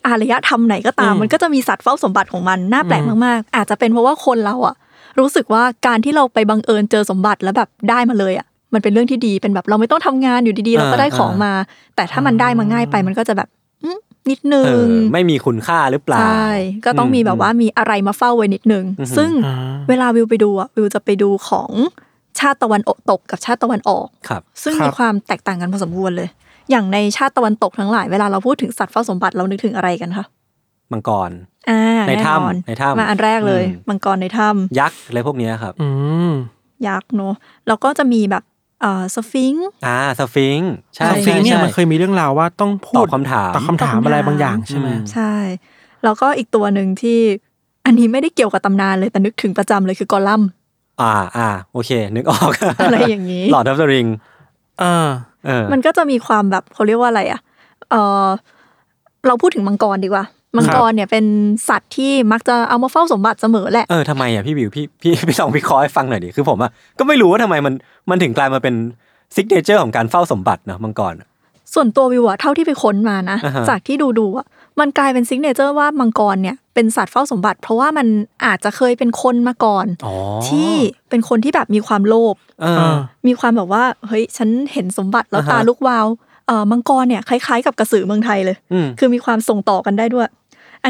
A: อารยธรรมไหนก็ตาม มันก็จะมีสัตว์เฝ้าสมบัติของมัน น่าแปลกมากๆ อาจจะเป็นเพราะว่าคนเราอะรู้สึกว่าการที่เราไปบังเอิญเจอสมบัติแล้วแบบได้มาเลยอะมันเป็นเรื่องที่ดี เป็นแบบเราไม่ต้องทำงานอยู่ดีๆ เราก็ได้ของมา แต่ถ้ามันได้มาง่ายไป มันก็จะแบบอื้อนิดนึ
C: เอง อ ไม่มีคุณค่าหรือเปล่า
A: ใช่ ก็ต้องมีแบบว่ามีอะไรมาเฝ้าไว้นิดนึง
C: อือหือ
A: ซึ่ง
B: อ่า
A: เวลาวิวไปดูอะวิวจะไปดูของชาติตะวันออกตกกับชาติตะวันออก
C: ครับ
A: ซึ่งมีความแตกต่างกันพอสมควรเลย อย่างในชาติตะวันตกทั้งหลาย เวลาเราพูดถึงสัตว์เฝ้าสมบัติเรานึกถึงอะไรกันคะ
C: มังกร
A: อ่า
C: ในถ้ำ
A: แอ
C: ในถ้ำ
A: มาอันแรกเลย
C: อืม
A: มังกรในถ้
C: ยักษ์อะไรพวกเนี้ยครับ
B: อืม
A: ำยักษ์เนอะแล้วก็จะมีแบบเอ่อสฟิงค์
C: อ่าสฟิงค์ใช่
B: ซัมฟิงเนี่ย
C: ใช่
B: มันเคยมีเรื่องราวว่าต้องพู
C: ตอ
B: ด
C: บคำถาม
B: ตอบคำถามอะไรบางอย่างใช่ไหม
C: อืม
A: ใช่ แล้วก็อีกตัวหนึ่งที่ อันนี้ไม่ได้เกี่ยวกับตำนานเลยแต่นึกถึงประจำเลยคือกอลัมน์
C: อ่าอ่าโอเค นึกออก
A: อะไรอย่างนี้
C: นี้หลอดทับสริง
B: เออ
C: เออ
A: มันก็จะมีความแบบเขาเรียกว่าอะไรอ่ะเออเราพูดถึงมังกรดีกว่า มังกรเนี่ยเป็นสัตว์ที่มักจะเอามาเฝ้าสมบัติเสมอแหละ
C: เออทำไมอ่ะพี่วิวพี่พี่พี่ลองวิเคราะห์ให้ฟังหน่อยดิคือผมอ่ะก็ไม่รู้ว่าทำไมมันมันถึงกลายมาเป็นซิกเนเจอร์ของการเฝ้าสมบัติเนอะมังกร
A: ส่วนตัววิวอะเท่าที่ไปค้นมานะ
C: อ่าฮะ
A: จากที่ดูดูๆอะมันกลายเป็นซิกเนเจอร์ว่ามังกรเนี่ยเป็นสัตว์เฝ้าสมบัติ เพราะว่ามันอาจจะเคยเป็นคนมาก่อน
C: อ๋อ
A: ที่เป็นคนที่แบบมีความโลภ
C: เอ
B: เอ
C: อ
B: อ
A: มีความแบบว่าเฮ้ยฉันเห็นสมบัติแล้ว
C: อ่าฮะ
A: ตาลุกวาวเอ่อมังกรเนี่ยคล้ายๆกับกระสือเมืองไทยเลย
C: อืม
A: คือมีความส่งต่อกันได้ด้วย อั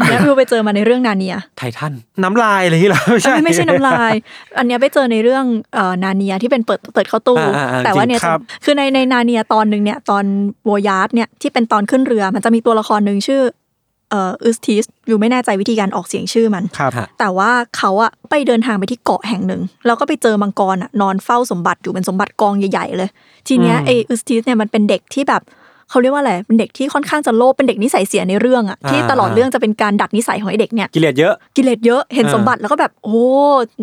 A: นเนี้ย วิวไปเจอมาในเรื่องนาเนีย
C: ไททัน
B: น้ำลายอะไรอย่างงี้เหรอ ไม่ใช่
A: เอ้ยไม่ใช่น้ำลาย อันเนี้ยไปเจอในเรื่องเอ่อนาเนียที่เป็นเปิดเปิดเข้าตู้
C: อ่าอ่า
A: แต่ว่าเนี่ย
C: จริงครับ
A: จะคือในในนาเนียตอนหนึ่งเนี่ยตอนโวยาร์ดเนี่ยที่เป็นตอนขึ้นเรือมันจะมีตัวละครหนึ่งชื่อเอ่ออึสติสอยู่ไม่แน่ใจวิธีการออกเสียงชื่อมัน
B: ครับ
C: ฮะ
A: แต่ว่าเขาอะไปเดินทางไปที่เกาะแห่งหนึ่งแล้วก็ไปเจอมังกรอะนอนเฝ้าสมบัติอยู่เป็นสมบัติกองใหญ่ ๆ เลย ทีเนี้ย
B: อืม
A: ไออุสติสเนี่ยมันเป็นเด็กที่แบบเขาเรียกว่าอะไรเป็นเด็กที่ค่อนข้างจะโลภเป็นเด็กนิสัยเสียในเรื่องอะที่
C: อ่า
A: ตลอดเรื่องจะเป็นการดัดนิสัยของไอเด็กเนี่ย
C: กิเลสเยอะ
A: กิเลสเยอะเห็น
C: อ่า
A: สมบัติแล้วก็แบบโอ้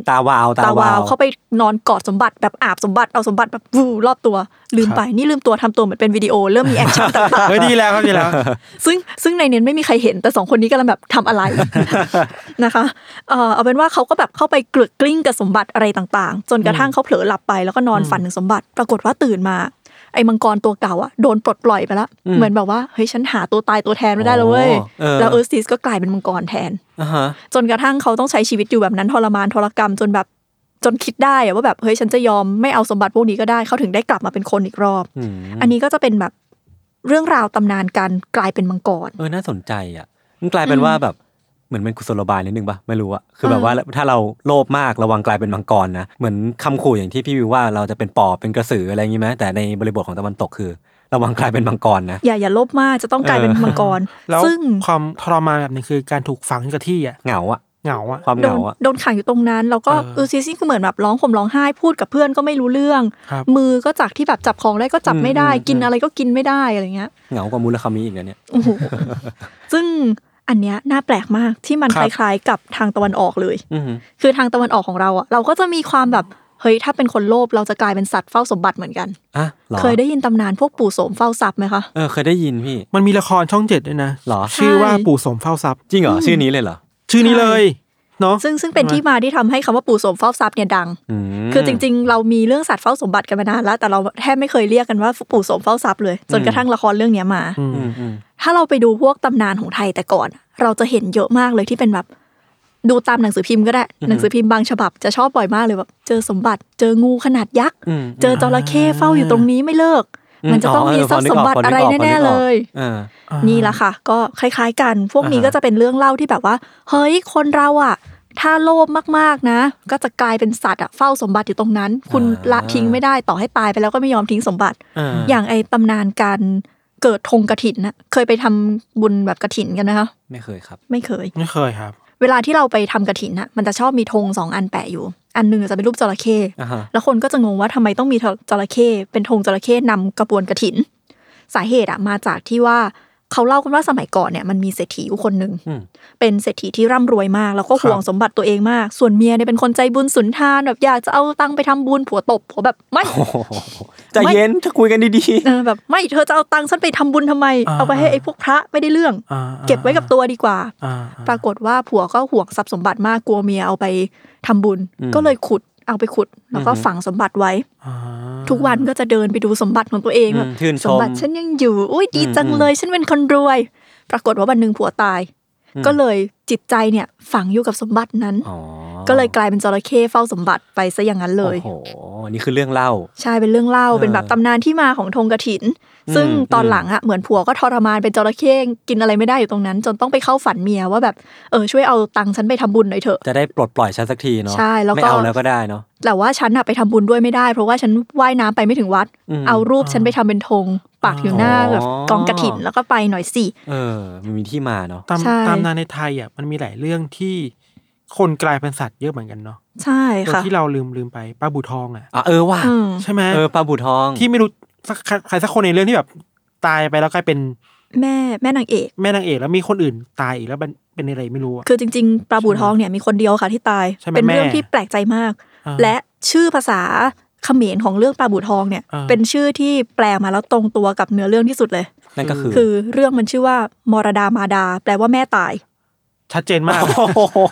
C: ตาวาว
A: ตาวาวเข้าไปนอนกอดสมบัติแบบอาบสมบัติเอาสมบัติแบบวูรอบตัว ลืมไปนี่ลืมตัวทำตัวเหมือนเป็นวิดีโอเริ่มมีแอคชั่นต่าง ๆ
B: เฮ้ยดีแล้วครับดีแล้ว
A: ซึ่งซึ่งในเน้นไม่มีใครเห็นแต่สองคนนี้กำลังแบบทำอะไร นะคะเอ่อเอาเป็นว่าเขาก็แบบเข้าไปเกลือกกลิ้งกับสมบัติอะไรต่างๆ จนกระทั่งเขาเผลอหลับไปแล้วก็นอนฝันถึงสมบัติ ปรากฏว่าตื่นมา ไอ้มังกรตัวเก่าอะโดนปลดปล่อยไปละ
C: อืม
A: เหมือนแบบว่าเฮ้ยฉันหาตัวตายตัวแทนไม่ได้แล้วเว้ย
C: อ๋อเออ
A: แล้วเออร์สติสก็กลายเป็นมังกรแทน
C: อ่าฮะ
A: จนกระทั่งเขาต้องใช้ชีวิตอยู่แบบนั้นทรมานทรกรรมจนแบบจนคิดได้อะว่าแบบเฮ้ยฉันจะยอมไม่เอาสมบัติพวกนี้ก็ได้เขาถึงได้กลับมาเป็นคนอีกรอบ
C: อืม
A: อันนี้ก็จะเป็นแบบเรื่องราวตำนานการกลายเป็นมังกร
C: เออน่าสนใจอ่ะมันกลายเป็นว่าแบบเหมือนเป็นกุศโลบายนิดนึงปะไม่รู้อะคือแบบว่าถ้าเราโลภมากระวังกลายเป็นมังกรนะเหมือนคำขู่อย่างที่พี่วิวว่าเราจะเป็นปอบเป็นกระสืออะไรอย่างงี้ไหมแต่ในบริบทของตะวันตกคือ ระวังกลายเป็นมังกรนะ
A: อย่าอย่าลบมากจะต้องกลายเป็น
C: เออ
A: มังกร
B: แล้ว
A: ซึ่ง
B: ความทรมานแบบนี้คือการถูกฝังอยู่กับที่อ่ะ
C: เหงาอะ
B: เหงาอ่ะ
C: ความเห
A: โด
C: งาน อะ
A: โดนขังอยู่ตรงนั้น แล้วก็
B: เออ
A: เออซีซี่ก็เหมือนแบบร้องผมร้องไห้พูดกับเพื่อนก็ไม่รู้เรื่อง
B: ครับ
A: มือก็จากที่แบบจับของได้ก็จับไม่ได้ กินอะไรก็กินไม่ได้อะไรเงี้ย
C: เหงากว่ามูลคามิอีกนะเนี่ย
A: โอ้โหซึ่ง อันเนี้ยน่าแปลกมากที่มัน
B: ครั
A: ค
B: บ
A: ล้ายๆกับทางตะวันออกเลย
C: อือฮึ
A: คือทางตะวันออกของเราอ่ะเราก็จะมีความแบบเฮ้ยถ้าเป็นคนโลภเราจะกลายเป็นสัตว์เฝ้าสมบัติเหมือนกัน
C: อ่ะหรอ
A: เคยได้ยินตำนานพวกปู่โสมเฝ้าทรัพย์ไหมคะ
C: เออเคยได้ยินพี่
B: มันมีละครช่องเจ็ดด้วยนะ
C: หรอ
B: ชื่อว่า
A: ใช่
B: ปู่สมเฝ้าทรัพย์
C: จริงเหรอชื่อนี้เลยเหรอ
B: ชื่อนี้เลยเนาะ
A: ซึ่งซึ่งเป็นที่มาที่ทำให้คำว่าปู่โสมเฝ้าทรัพย์เนี่ยดัง
C: อืม
A: คือจริงๆ เรามีเรื่องสัตว์เฝ้าสมบัติกันมานานแล้ว แต่เราแทบไม่เคยเรียกกันว่าปู่โสมเฝ้าทรัพย์เลย จน
C: อืม
A: กระทั่งละครเรื่องเนี้ยมา
C: อืมอืม
A: ถ้าเราไปดูพวกตำนานของไทยแต่ก่อน เราจะเห็นเยอะมากเลยที่เป็นแบบ ดูตามหนังสือพิมพ์ก็ได้หนังสือพิมพ์บางฉบับจะชอบบ่อยมากเลยแบบเจอสมบัติเจองูขนาดยักษ์
C: อืม
A: เจอจระเข้เฝ้าอยู่ตรงนี้ไม่เลิก มันจะต้องมีทรัพย์สมบัติอะไรแน่ๆเลย
C: เออ
A: นี่แหละค่ะ ก็คล้ายๆกัน พวกนี้
C: อ่าฮะ
A: ก็จะเป็นเรื่องเล่าที่แบบว่า เฮ้ย คนเราอ่ะ ถ้าโลภมากๆนะ ก็จะกลายเป็นสัตว์อ่ะเฝ้าสมบัติอยู่ตรงนั้น คุณละทิ้งไม่ได้ต่อให้ตายไปแล้วก็ไม่ยอมทิ้งสมบัติ
C: เออ
A: อย่างไอตำนานการเกิดธงกระถินนะเคยไปทำบุญแบบกระถินกันไหมคะ
C: ไม่เคยครับ
A: ไม่เคย
B: ไม่เคยครับ
A: เวลาที่เราไปทำกระถินนะมันจะชอบมีธงสองอันแปะอยู่ อันหนึ่งจะเป็นรูปจระเข้
C: อ่าฮะ
A: แล้วคนก็จะงงว่าทำไมต้องมีจระเข้เป็นธงจระเข้นำกระบวนกระถิน สาเหตุอะมาจากที่ว่าเขาเล่ากันว่าสมัยก่อนเนี่ยมันมีเศรษฐีอยู่คนหนึ่ง
C: อืม
A: เป็นเศรษฐีที่ร่ำรวยมาก แล้วก็ห่วงสมบัติตัวเองมาก ส่วนเมียเนี่ยเป็นคนใจบุญสุนทานแบบอยากจะเอาตังค์ไปทำบุญผัวตบผัวแบบไม่
C: โอ้โหใจเย็นถ้าคุยกันดี
A: เออแบบไม่เธอจะเอาตังค์ฉันไปทำบุญทำไม
B: อ่า
A: เอาไปให้ไอ้พวกพระไม่ได้เรื่อง
B: อ่า
A: เก็บไว้กับตัวดีกว่า
B: อ่าอ่า
A: ปรากฏว่าผัวก็ห่วงทรัพย์สมบัติมากกลัวเมียเอาไปทำบุญ ก็เลยขุดเอาไปขุด แล้วก็ฝังสมบัติไว้
B: อ่า
A: ทุกวันก็จะเดินไปดูสมบัติของตัวเอง
C: ๆอืม
A: แบบ
C: ชื่นช
A: สม
C: ม
A: บัติฉันยังอยู่อุ้ยดี
C: อืม
A: จังเลย ฉันเป็นคนรวย ปรากฏว่าวันหนึ่งผัวตาย
C: อืม
A: ก็เลยจิตใจเนี่ยฝังอยู่กับสมบัตินั้น
C: อ๋อ
A: ก็เลยกลายเป็นจระเข้เฝ้าสมบัติไปซะอย่างนั้นเลย
C: โอ้โหอันนี่คือเรื่องเล่า
A: ใช่เป็นเรื่องเล่า
C: เออ
A: เป็นแบบตำนานที่มาของธงกระถิน
C: อืม
A: ซึ่งตอน
C: อืม
A: หลังอะเหมือนผัวก็ทรมานเป็นจระเข้กินอะไรไม่ได้อยู่ตรงนั้น จนต้องไปเข้าฝันเมียว่าแบบเออช่วยเอาตังค์ฉันไปทำบุญหน่อยเถอะ
C: จะได้ปลดปล่อยฉันสักทีเนาะ
A: ใช่แล้วก็
C: ไม่เอาแล้วก็ได้เนาะ
A: แต่ว่าฉันอะไปทำบุญด้วยไม่ได้ เพราะว่าฉันว่ายน้ำไปไม่ถึงวัด
C: อืม
A: เอารูปฉันไปทำเป็นธงปักอยู่หน้า
C: อ๋อ
A: แบบกองกระถินแล้วก็ไปหน่อยสิ
C: เออ มันมีที่มาเนาะ
B: ตาม
A: ใช่
B: ตามนานในไทยอ่ะมันมีหลายเรื่องที่คนกลายเป็นสัตว์เยอะเหมือนกันเนาะ
A: ใช่
B: ตัว
A: ค่ะ
B: ที่เราลืมลืมไปป้าบูทองอ่ะ
C: อ่ะเออว่ะ
A: อืม
B: ใช่ไหม
C: เออปลาบูทอง
B: ที่ไม่รู้สักใครสักคนในเรื่องที่แบบตายไปแล้วกลายเป็น
A: แม่แม่นางเอก
B: แม่นางเอกแล้วมีคนอื่นตายอีกแล้วเป็นเป็นอะไรไม่รู้อ่ะ
A: คือจริงๆปลาบูทองเนี่ยมีคนเดียวค่ะที่ตาย
B: ใช่ไหม
A: เป็นเรื่อง
B: แม่
A: ที่แปลกใจมาก
B: อ่า
A: และชื่อภาษาเขมรของเรื่องปลาบูทองเนี่ย
B: อ่า
A: เป็นชื่อที่แปลมาแล้วตรงตัวกับเนื้อเรื่องที่สุดเลย
C: นั่นก็คือ
A: คือเรื่องมันชื่อว่ามรดามาดา แปลว่าแม่ตาย
B: ชัดเจนมาก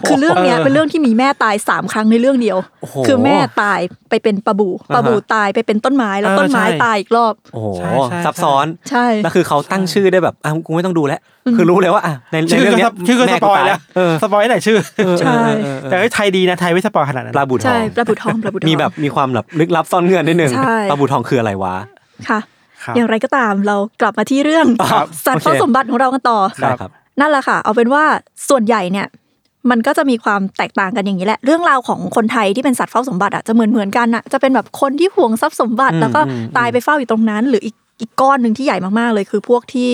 A: คือเรื่องเนี้ย
B: เออ
A: เป็นเรื่องที่มีแม่ตายสามครั้งในเรื่องเดียว
C: โอ้โห
A: คือแม่ตายไปเป็นปลาบูปลาบู
C: อ่าฮะ
A: ตายไปเป็นต้นไม้แล้ว
B: เออ
A: ต้นไม้
B: ใช่
A: ตายอีกรอบ
C: โอ้โห
B: ใช่ใช่
C: ซับซ้อน
A: ใช่
C: แล้วคือเขาตั้งชื่อได้แบบอ่ะกูไม่ต้องดูแล้ว คือรู้เลยว่าอ่ะในใน
B: ชื่อ
C: เรื่อง
B: ก็
C: เนี้ย
B: สปชื่อก็ส
C: ม่
B: ปอย
C: ตา
B: แล้ว
C: เออ
B: สปอยไหนชื่อ
C: เออ
A: ใช่
C: เออเออเออ
B: แต่ไอ้ไทยดีนะไทยไม่สปอยขนาดนั้น
C: ปลาบูท
A: ใช่
C: อง
A: ปลาบูทองปลาบูทอง
C: มีแบบมีความแบบลึกลับซ่อนเงื่อนนิดนึง
A: ใช่
C: ปลาบูทองคืออะไรวะ
A: ค่ะ
B: ครับ
A: อย่างไรก็ตามเรากลับมาที่เรื่อง
C: ครับ
A: สัตว์เฝ้า
C: โอเค
A: สมบัติของเรากันต่อ
C: ได้ครับ
A: นั่นแหละค่ะ เอาเป็นว่าส่วนใหญ่เนี่ย มันก็จะมีความแตกต่างกันอย่างนี้แหละ เรื่องราวของคนไทยที่เป็นสัตว์เฝ้าสมบัติอ่ะจะเหมือนเหมือนๆกันอ่ะจะเป็นแบบคนที่ห่วงทรัพย์สมบัติ
C: อืม
A: แล้วก็
C: อืม
A: ตายไปเฝ้าอยู่ตรงนั้น หรืออีกอีกก้อนหนึ่งที่ใหญ่มากๆเลย คือพวกที่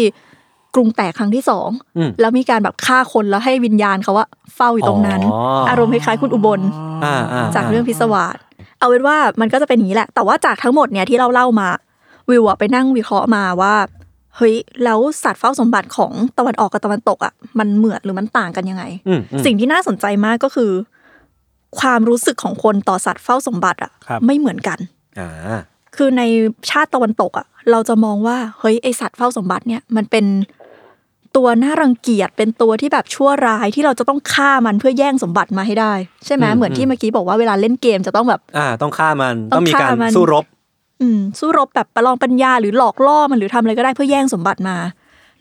A: กรุงแตกครั้งที่สอง
C: อืม
A: แล้วมีการแบบฆ่าคนแล้วให้วิญญาณเขาว่าเฝ้าอยู่ตรงนั้น
C: อ๋ออ
A: อารมณ์คล้ายๆคุณอุบล
C: อ่าอ่
A: จากเรื่องพิศวาสเอาเป็นว่ามันก็จะเป็นอย่างนี้แหละ แต่ว่าจากทั้งหมดเนี่ยที่เราเล่ามา วิวอะไปนั่งวิเคราะห์มาว่า เฮ้ย แล้วสัตว์เฝ้าสมบัติของตะวันออกกับตะวันตกอ่ะ มันเหมือนหรือมันต่างกันยังไง
C: อืมอืม
A: สิ่งที่น่าสนใจมากก็คือ ความรู้สึกของคนต่อสัตว์เฝ้าสมบัติอ่ะ
B: ครับ
A: ไม่เหมือนกัน
C: อ่า
A: คือในชาติตะวันตกอ่ะ เราจะมองว่า เฮ้ย ไอสัตว์เฝ้าสมบัติเนี่ย มันเป็นตัวน่ารังเกียจ เป็นตัวที่แบบชั่วร้ายที่เราจะต้องฆ่ามันเพื่อแย่งสมบัติมาให้ได้ ใช่ไหม
C: อืม
A: เหมือนที่เมื่อกี้บอกว่าเวลาเล่นเกมจะต้องแบบ
C: อ่า ต้องฆ่ามัน
A: ต้
C: ต้อ
A: อง ง
C: มีการ
A: ฆ่ามัน
C: สู้รบ
A: อืมสู้รบแบบประลองปัญญาหรือหลอกล่อมันหรือทำอะไรก็ได้เพื่อแย่งสมบัติมา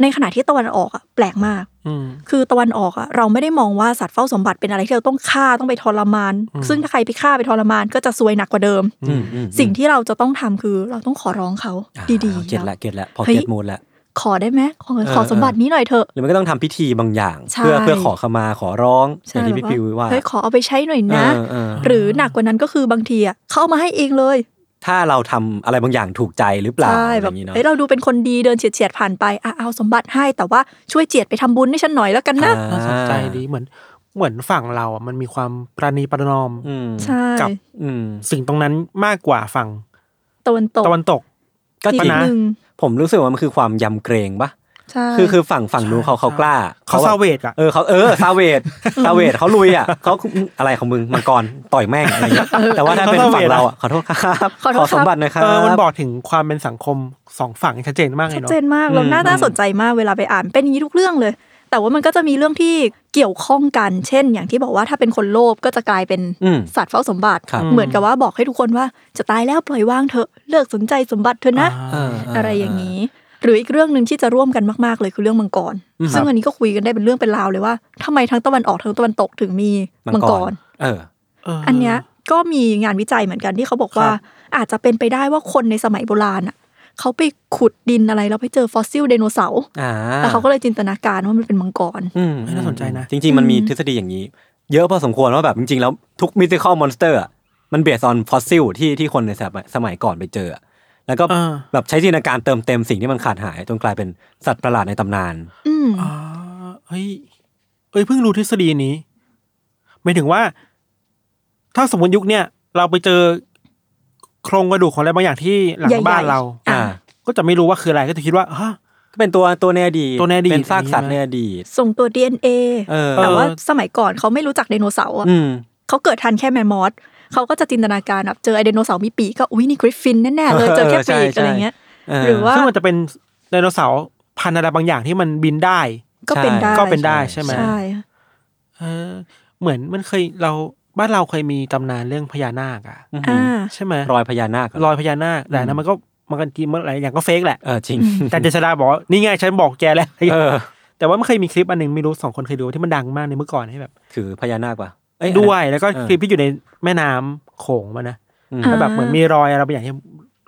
A: ในขณะที่ตะวันออกอ่ะแปลกมาก
B: อืม
A: คือตะวันออกอ่ะเราไม่ได้มองว่าสัตว์เฝ้าสมบัติเป็นอะไรที่เราต้องฆ่าต้องไปทรมาน ซึ่งถ้าใครไปฆ่าไปทรมานก็จะซวยหนักกว่าเดิม
C: อืมอืม
A: สิ่งที่เราจะต้องทำคือเราต้องขอร้องเขา
C: อ่า
A: ดี
C: เก็ตละ
A: ๆแล้ว
C: เก็ตละพอ
A: เฮ้ย
C: เก็ตมูลละ
A: ขอได้ไหมขอ
C: เออ
A: ขอสมบัตินี้หน่อยเถอะ
C: หรือมันก็ต้องทำพิธีบางอย่าง
A: ใช่
C: เพื่อเพื่อขอขมาขอร้องอย่างที่
A: แบ
C: พี่
A: บ
C: พิวว่า
A: เฮ้ยขอเอาไปใช้หน่อยนะ
C: เออเออ
A: หรือหนักกว่านั้นก็คือบางทีอ่ะเขาเอามาให้เองเลย
C: ถ้าเราทำอะไรบางอย่างถูกใจหรือเปล่า
A: ใช่
C: อ
A: แบบ
C: ย่างนี้เนาะ
A: เอ้ยเราดูเป็นคนดีเดินเฉียดเฉียดๆผ่านไปอ่ะเอาสมบัติให้แต่ว่าช่วยเจียดไปทำบุญให้ฉันหน่อยแล้วกันนะ
B: น่าสนใจดีเหมือนเหมือนฝั่งเราอ่ะมันมีความประนีประนอม
C: อืม
A: ใช่
B: กับ
C: อืม
B: สิ่งตรงนั้นมากกว่าฝั่ง
A: ตะวันตก
B: ตะวันตก
C: ก็จ
A: นิ
C: ริ
A: ด
C: ง
B: ปะะ
A: นึง
C: ผมรู้สึกว่ามันคือความยำเกรงปะ
A: ใช่
C: คือคือฝั่งฝั่งนู้นเขาเขากล้า
B: เขา
C: แบบ
B: ซาเวตอะ
C: เออเขาเออซาเวตซาเวตเขาลุยอ่ะเขาอะไรของมึงมังกรต่อยแม่งอะไรอย่างเงี้ยแต่ว่าถ้าเป็นฝั่งเราอ่ะขอโทษครับ
A: ขอโทษครับ
C: สมบัติหนะครับ
B: เออมันบอกถึงความเป็นสังคมสองฝั่งชัดเจนมากเล
A: ชั
B: ย
A: ด
B: เนาะ
A: เจนมากแล้ว
C: อืม
A: น่าน่าสนใจมากเวลาไปอ่านเป็นอย่างนี้ทุกเรื่องเลย แต่ว่ามันก็จะมีเรื่องที่เกี่ยวข้องกัน เช่น อย่างที่บอกว่าถ้าเป็นคนโลภก็จะกลายเป็น
C: อืม
A: สัตว์เฝ้าสมบัติ
C: ครับ
A: เหมือนกับว่าบอกให้ทุกคนว่าจะตายแล้วปล่อยวางเถอะเลิกสนใจสมบัติเถอะนะ
C: เ
A: อะไรอย่างนี้ หรืออีกเรื่องหนึ่งที่จะร่วมกันมาก ๆ เลยคือเรื่องมังกร
C: อืม
A: ซึ่งอันนี้ก็คุยกันได้เป็นเรื่องเป็นราวเลยว่าทำไมทั้งตะวันออกทั้งตะวันตกถึงมี
C: มั
A: มั
C: ง
A: ง
C: ก
A: ก
C: ร
A: ร
C: เออ
B: เ
A: อันเนี้ยก็มีงานวิจัยเหมือนกันที่เขาบอกว่า
B: ครับ
A: อาจจะเป็นไปได้ว่าคนในสมัยโบราณอ่ะเขาไปขุดดินอะไรแล้วไปเจอฟอสซิลไดโนเสาร์
C: อ่า
A: แล้วเขาก็เลยจินตนาการว่ามันเป็นมังกร
C: อืม
B: เฮ้ยน่าสนใจนะ
C: จริง ๆ มันมี
A: อืม
C: ทฤษฎีอย่างนี้ เยอะพอสมควรว่าแบบจริง ๆ แล้วทุกมิติคอลมอนสเตอร์มันเบสออนฟอสซิลที่ที่คนในสมัยสมัยก่อนไปเจออะแล้วก็
B: อ่า
C: แบบใช้จินตนาการเติมเต็มสิ่งที่มันขาดหายจนกลายเป็นสัตว์ประหลาดในตำนาน
A: อืม
B: อ๋อเฮ้ยเอ้ยเพิ่งรู้ทฤษฎีนี้หมายถึงว่า ถ้าสมมติยุคเนี้ยเราไปเจอโครงกระดูกของอะไรบางอย่างที่หลัง
A: ใญ่ๆ
B: บ้านเรา
A: อ่ะ
C: อ่า
B: ก็จะไม่รู้ว่าคืออะไรก็จะคิดว่าฮะ
C: ก็เป็นตัวตัวในอดีต
B: ตัวในอดีต
C: เป็นซากสัตว์
B: ใช่
C: ใน
B: ไหม
C: อดีต
A: ส่งตัว DNA
C: เออ
A: แต่ว่าสมัยก่อนเขาไม่รู้จักไดโนเสาร์อะ
C: อืม
A: เขาเกิดทันแค่แมมมอสเขาก็จะจินตนาการแบบเจอไอ้ไดโนเสาร์มีปีกก็อุ้ยนี่กริฟฟินแน่ๆเลยเจอแค่ปีก
C: เออใช่ใช่
A: อะไรเงี้ย
C: เห
A: รือว่า
B: ซึ่งมันจะเป็นไดโนเสาร์พันธุ์อะไรบางอย่างที่มันบินได้
A: ก็เป็นได้
B: ก็เป็นได้ใช่ไหม
A: ใช่
B: เออ เหมือนมันเคยเราบ้านเราเคยมีตำนานเรื่องพญานาคอะ
C: อืม
A: อ่า
B: ใช่ไหม
C: รอยพญานาค
B: รอยพญานาคแต่อันนั้นมันก็มันกันทีมันหลายอย่างก็เฟกแหละ
C: เออจริง
B: แต่เจษดาบอกว่านี่ไงฉันบอกแก แล้ว
C: เออ
B: แต่ว่ามันเคยมีคลิปอันหนึ่งไม่รู้สองคนเคยดูที่มันดังมากในเมื่อก่อนที่แบบ
C: ถือพญานาคป่ะเอ้อันนั้น
B: ด้วยแล้วก็
C: เออ
B: คลิปที่อยู่ในแม่น้ำโขงมันนะ
C: อืม
A: อ่า
B: แล้วแบบเหมือนมีรอยอะไรบางอย่างที่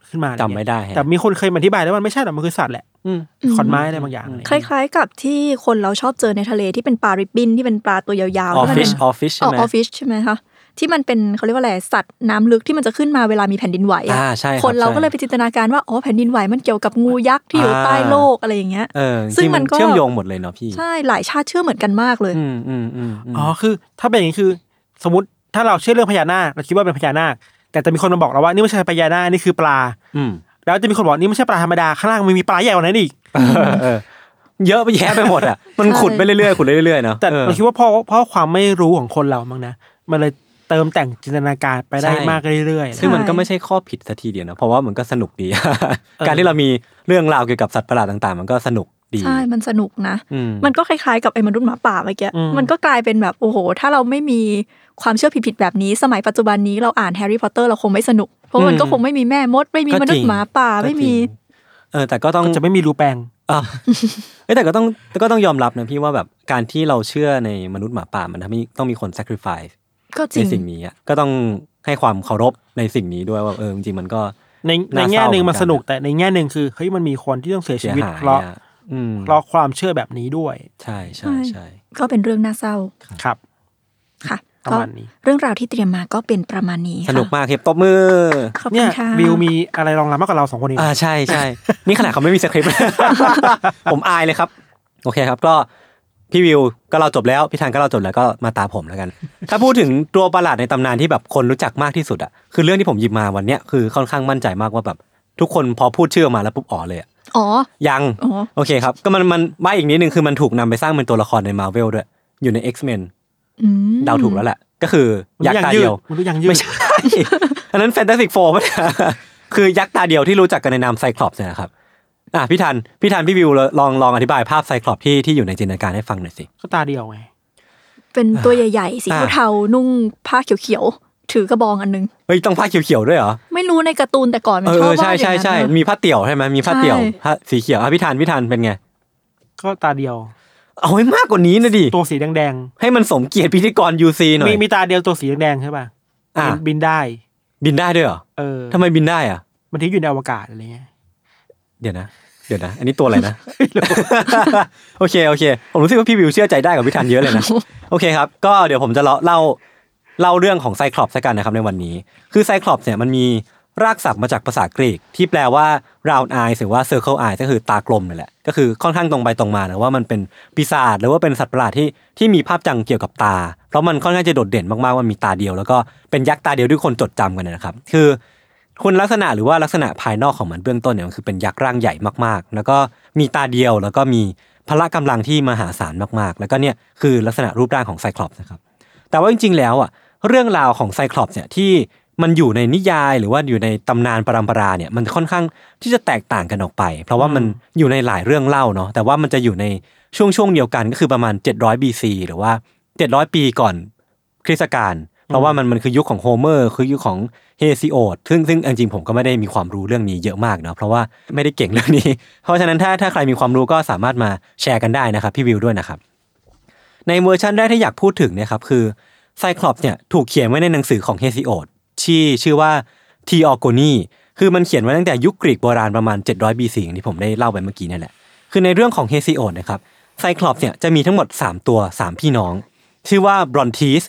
B: ขึ้นมาอะร
C: จำไม่
B: เงี้ย
C: ได้แฮะ
B: แต่มีคนเคยมาอธิบายแล้วมันไม่ใช่หรอกมันคือสัตว์แหละ
C: อืม
B: ขอนไม้อะไรบางอย่างอะไร
A: คล้ายๆกับที่คนเราชอบเจอในทะเลที่เป็นปลาริบบินที่เป็นปลาตัวยาวๆ
C: ออฟฟิ
A: ที่มันเป็
C: ศ
A: น
C: ออฟฟิศ
A: อ
C: ใช่
A: อ
C: ไห
A: ก
C: ม
A: ออฟฟิศใช่ไหมคะที่มันเป็นเขาเรียกว่าอะไรสัตว์น้ำลึกที่มันจะขึ้นมาเวลามีแผ่นดินไหวอะ
C: อ่าใช่บ
A: คนเราก็เลยไป
C: ใช่
A: จินตนาการว่าอ๋อแผ่นดินไหวมันเกี่ยวกับงูยักษ์ที่อยู่
C: อ่า
A: ใต้โลกอะไรอย่างเงี้ย
C: เออ
A: ซึ่ง
C: จริๆ
A: มันก็
C: เชื่อมโยงหมดเลยเนาะพี่
A: ใช่หลายชาติเชื่อเหมือนกันมากเลย
C: อืมอืมอืมม
B: อ๋อคือ ถ้าเป็นอย่างนี้คือ สมมติถ้าเราเชื่อเรื่องพญานาคเราคิดว่าเป็นพญานาค แต่จะมีคนมาบอกเราว่านี่ไม่ใช่พญานาคนี่คือปลา
C: อืม
B: แล้วจะมีคนบอกนี่ไม่ใช่ปลาธรรมดาข้างล่างมันมีปลาใหญ่กว่านั้นอีก
C: เออเออเยอะไปแยะไปหมดอ่ะ มัน
A: ใช่
C: ขุดไปเรื่อยๆขุดไปเรื่อยๆเนาะ
B: แต่
C: เออ
B: เราคิดว่าเพราะเพราะความไม่รู้ของคนเรามั้งนะมันเลยเติมแต่งจินตนาการไปได้
C: ใช่
B: มากเรื่อยๆ
C: ซึ่งมันก็ไม่ใช่ข้อผิดสักทีเดียวนะเพราะว่ามันก็สนุกดี การที่เรามีเรื่องราวเกี่ยวกับสัตว์ประหลาดต่างๆ มันก็สนุกดี
A: ใช่มันสนุกนะ
C: อืม
A: มันก็คล้ายๆกับไอ้มนุษย์หมาป่าเมื่อกี้
B: อืม
A: มันก็กลายเป็นแบบโอ้โห ถ้าเราไม่มีความเชื่อผิดๆแบบนี้ สมัยปัจจุบันนี้เราอ่านแฮร์รี่พอตเตอร์เราคงไม่สนุกเพราะมันก็
C: อืม
A: คงไม่มีแม่มด ไม่มีมนุษย์หมาป่า
C: ก็จริง
A: ไม่มี
C: เออแต่ก็ต้อง
B: จะไม่มีรูแปลง
C: อ่ะ เอ้ยแต่ก็ต้องแต่ก็ต้องยอมรับนะพี่ว่าแบบการที่เราเชื่อในมนุษย์หมาป่ามันทำให้ต้องมีคน sacrifice
A: ก็จ
C: ใน
A: ริง
C: สิ่งนี้อะก็ต้องให้ความเคารพในสิ่งนี้ด้วยว่าเออจริงๆมันก็
B: ในใน
C: น่าเศร้า
B: แง่หนึ่งมัน
C: เหมือนกัน
B: สนุกแต่ในแง่หนึ่งคือเฮ้ยมันมีคนที่ต้องเสีย
C: เสี
B: ชี
C: ย
B: วิต
C: หาย
B: เพราะ
C: อะอืม
B: เพราะความเชื่อแบบนี้ด้วย
C: ใช่ใช่ใช่
A: ก็เป็นเรื่องน่าเศร้า
B: ครับ
A: ค่ะ
B: ประ
A: ก็
B: มาณนี้
A: เรื่องราวที่เตรียมมาก็เป็นประมาณนี้ค่ะ
C: สนุกมากครับตบมือ
A: ขอบคุ
B: เนี่ย
A: ณค่ะ
B: วิวมีอะไรรองรับมากกว่าเราสองคนอีก
C: อ่าใช่ ใช่ นี่ขนาดเขาไม่มีสคริปต์ ผมอายเลยครับ โอเคครับก็พี่วิวก็เราจบแล้ว พี่ธันก็เราจบแล้วก็มาตามผมแล้วกัน ถ้าพูดถึงตัวประหลาดในตำนานที่แบบคนรู้จักมากที่สุดอ่ะคือเรื่องที่ผมหยิบมาวันเนี้ยคือค่อนข้างมั่นใจมากว่าแบบทุกคนพอพูดชื่อออกมาแล้วปุ๊บอ๋อเลยอะ
A: อ๋อ
C: ยัง
A: อ๋อ
C: โอเคครับ ก็มันมันใบอีกนิดนึงคือมันถูกนำไปสร้างเป็นตัวละครในมาเวลด้วย อยู่ใน X-Men
A: อืม
C: เดาถูกแล้วแหละ ก็คือ
B: มัน
C: ยักษ์
B: รู้ง
C: ตา
B: ยื
C: เดี
B: ด
C: ยว
B: มันรู้ยังยืด
C: ไม่ใช่ อันนั้นแฟนตาซีโฟร์ป่ะเนี่ย คือยักษ์ตาเดียวที่รู้จักกันในนามไซคลอปส์เนี่ยนะครับ อ่ะพี่ทัน พี่ทันพี่วิวลองลองอธิบายภาพไซคลอปที่ที่อยู่ในจินตนาการให้ฟังหน่อยสิ
B: ก็ตาเดียวไง
A: เป็นตัวใหญ่ๆ สี
C: อ่า
A: เทาๆนุ่งผ้าเขียวๆ ถือกระบองอันนึง
C: เฮ้ยต้องผ้าเขียวๆด้วยเหรอ
A: ไม่รู้ในการ์ตูนแต่ก่อนมัน
C: เอ
A: ชอบ
C: อ
A: วาด
C: ใช่
A: อย่าง
C: ใช่
A: นั้น
C: ใช่
A: นะ
C: มีผ้าเตี่ยวใช่ไหมมีผ้าเตี่ยว
A: ใช่
C: ผ้าสีเขียวอ่ะพี่ทันพี่ทันเป็นไง
B: ก็ตาเดียว
C: เอาให้มากกว่านี้นะดิ
B: ตัวสีแดง
C: ให้มันสมเกียรติพิธีกรยูซีหน่อย
B: ๆมีมีตาเดียวตัวสีแดงๆใช่ป่ะ
C: อ่ะ
B: บินบินได้
C: บินได้ด้วยเหรอ
B: เออ
C: ทำไมบินได้อ่ะ
B: มันที่อยู่ในอวกาศอะไรเงี้ย
C: เดี๋ยวนะ เดี๋ยวนะ อันนี้ตัวอะไรนะ โอเค โอเค ผมรู้สึกว่าพี่วิวเชื่อใจได้กับพี่ทันเยอะเลยนะ โอเคครับ ก็เดี๋ยวผมจะเล่าเล่าเล่าเรื่องของไซคลอปส์กันนะครับในวันนี้ คือไซคลอปส์เนี่ยมันมีรากศัพท์มาจากภาษากรีก ที่แปลว่า round eyes หรือว่า circle eyes ก็คือตากลมนี่แหละ ก็คือค่อนข้างตรงไปตรงมานะว่ามันเป็นปีศาจหรือว่าเป็นสัตว์ประหลาดที่ที่มีภาพจำเกี่ยวกับตา เพราะมันค่อนข้างจะโดดเด่นมากๆว่ามีตาเดียว แล้วก็เป็นยักษ์ตาเดียวที่คนจดจำกันนะครับ คือ คุณลักษณะหรือว่าลักษณะภายนอกของมันเบื้องต้นเนี่ยมันคือเป็นยักษ์ร่างใหญ่มากๆ แล้วก็มีตาเดียวแล้วก็มีพละกำลังที่มหาศาลมากๆ แล้วก็เนี่ยคือลักษณะรูปร่างของไซคลอปส์นะครับ แต่ว่าจริงๆ แล้วอ่ะเรื่องราวของไซคลอปส์เนี่ยที่มันอยู่ในนิยายหรือว่าอยู่ในตำนานปรำปราเนี่ยมันค่อนข้างที่จะแตกต่างกันออกไป เพราะว่ามันอยู่ในหลายเรื่องเล่าเนาะแต่ว่ามันจะอยู่ในช่วงช่วงๆเดียวกันก็คือประมาณ 700 BC หรือว่า 700 ปีก่อนคริสตกาลเพราะว่ามันมันคือยุคของโฮเมอร์คือยุคของเฮซิโอดซึ่งซึ่งจริงๆผมก็ไม่ได้มีความรู้เรื่องนี้เยอะมากเนาะเพราะว่าไม่ได้เก่งเรื่องนี้ เพราะฉะนั้นถ้าถ้าใครมีความรู้ก็สามารถมาแชร์กันได้นะครับพี่วิวด้วยนะครับ ในเวอร์ชันแรกที่อยากพูดถึงเนี่ยครับคือไซคลอปเนี่ยถูกเขียนไว้ในหนังสือของเฮซิโอดที่ชื่อว่าทีออโกนีคือมันเขียนไว้ตั้งแต่ยุคกรีกโบราณประมาณ 700 BC อย่างที่ผมได้เล่าไปเมื่อกี้เนี่ยแหละ คือในเรื่องของเฮซิโอดนะครับไซคลอปเนี่ยจะมีทั้งหมด 3 ตัว 3 พี่น้อง ชื่อว่าบรอนทีส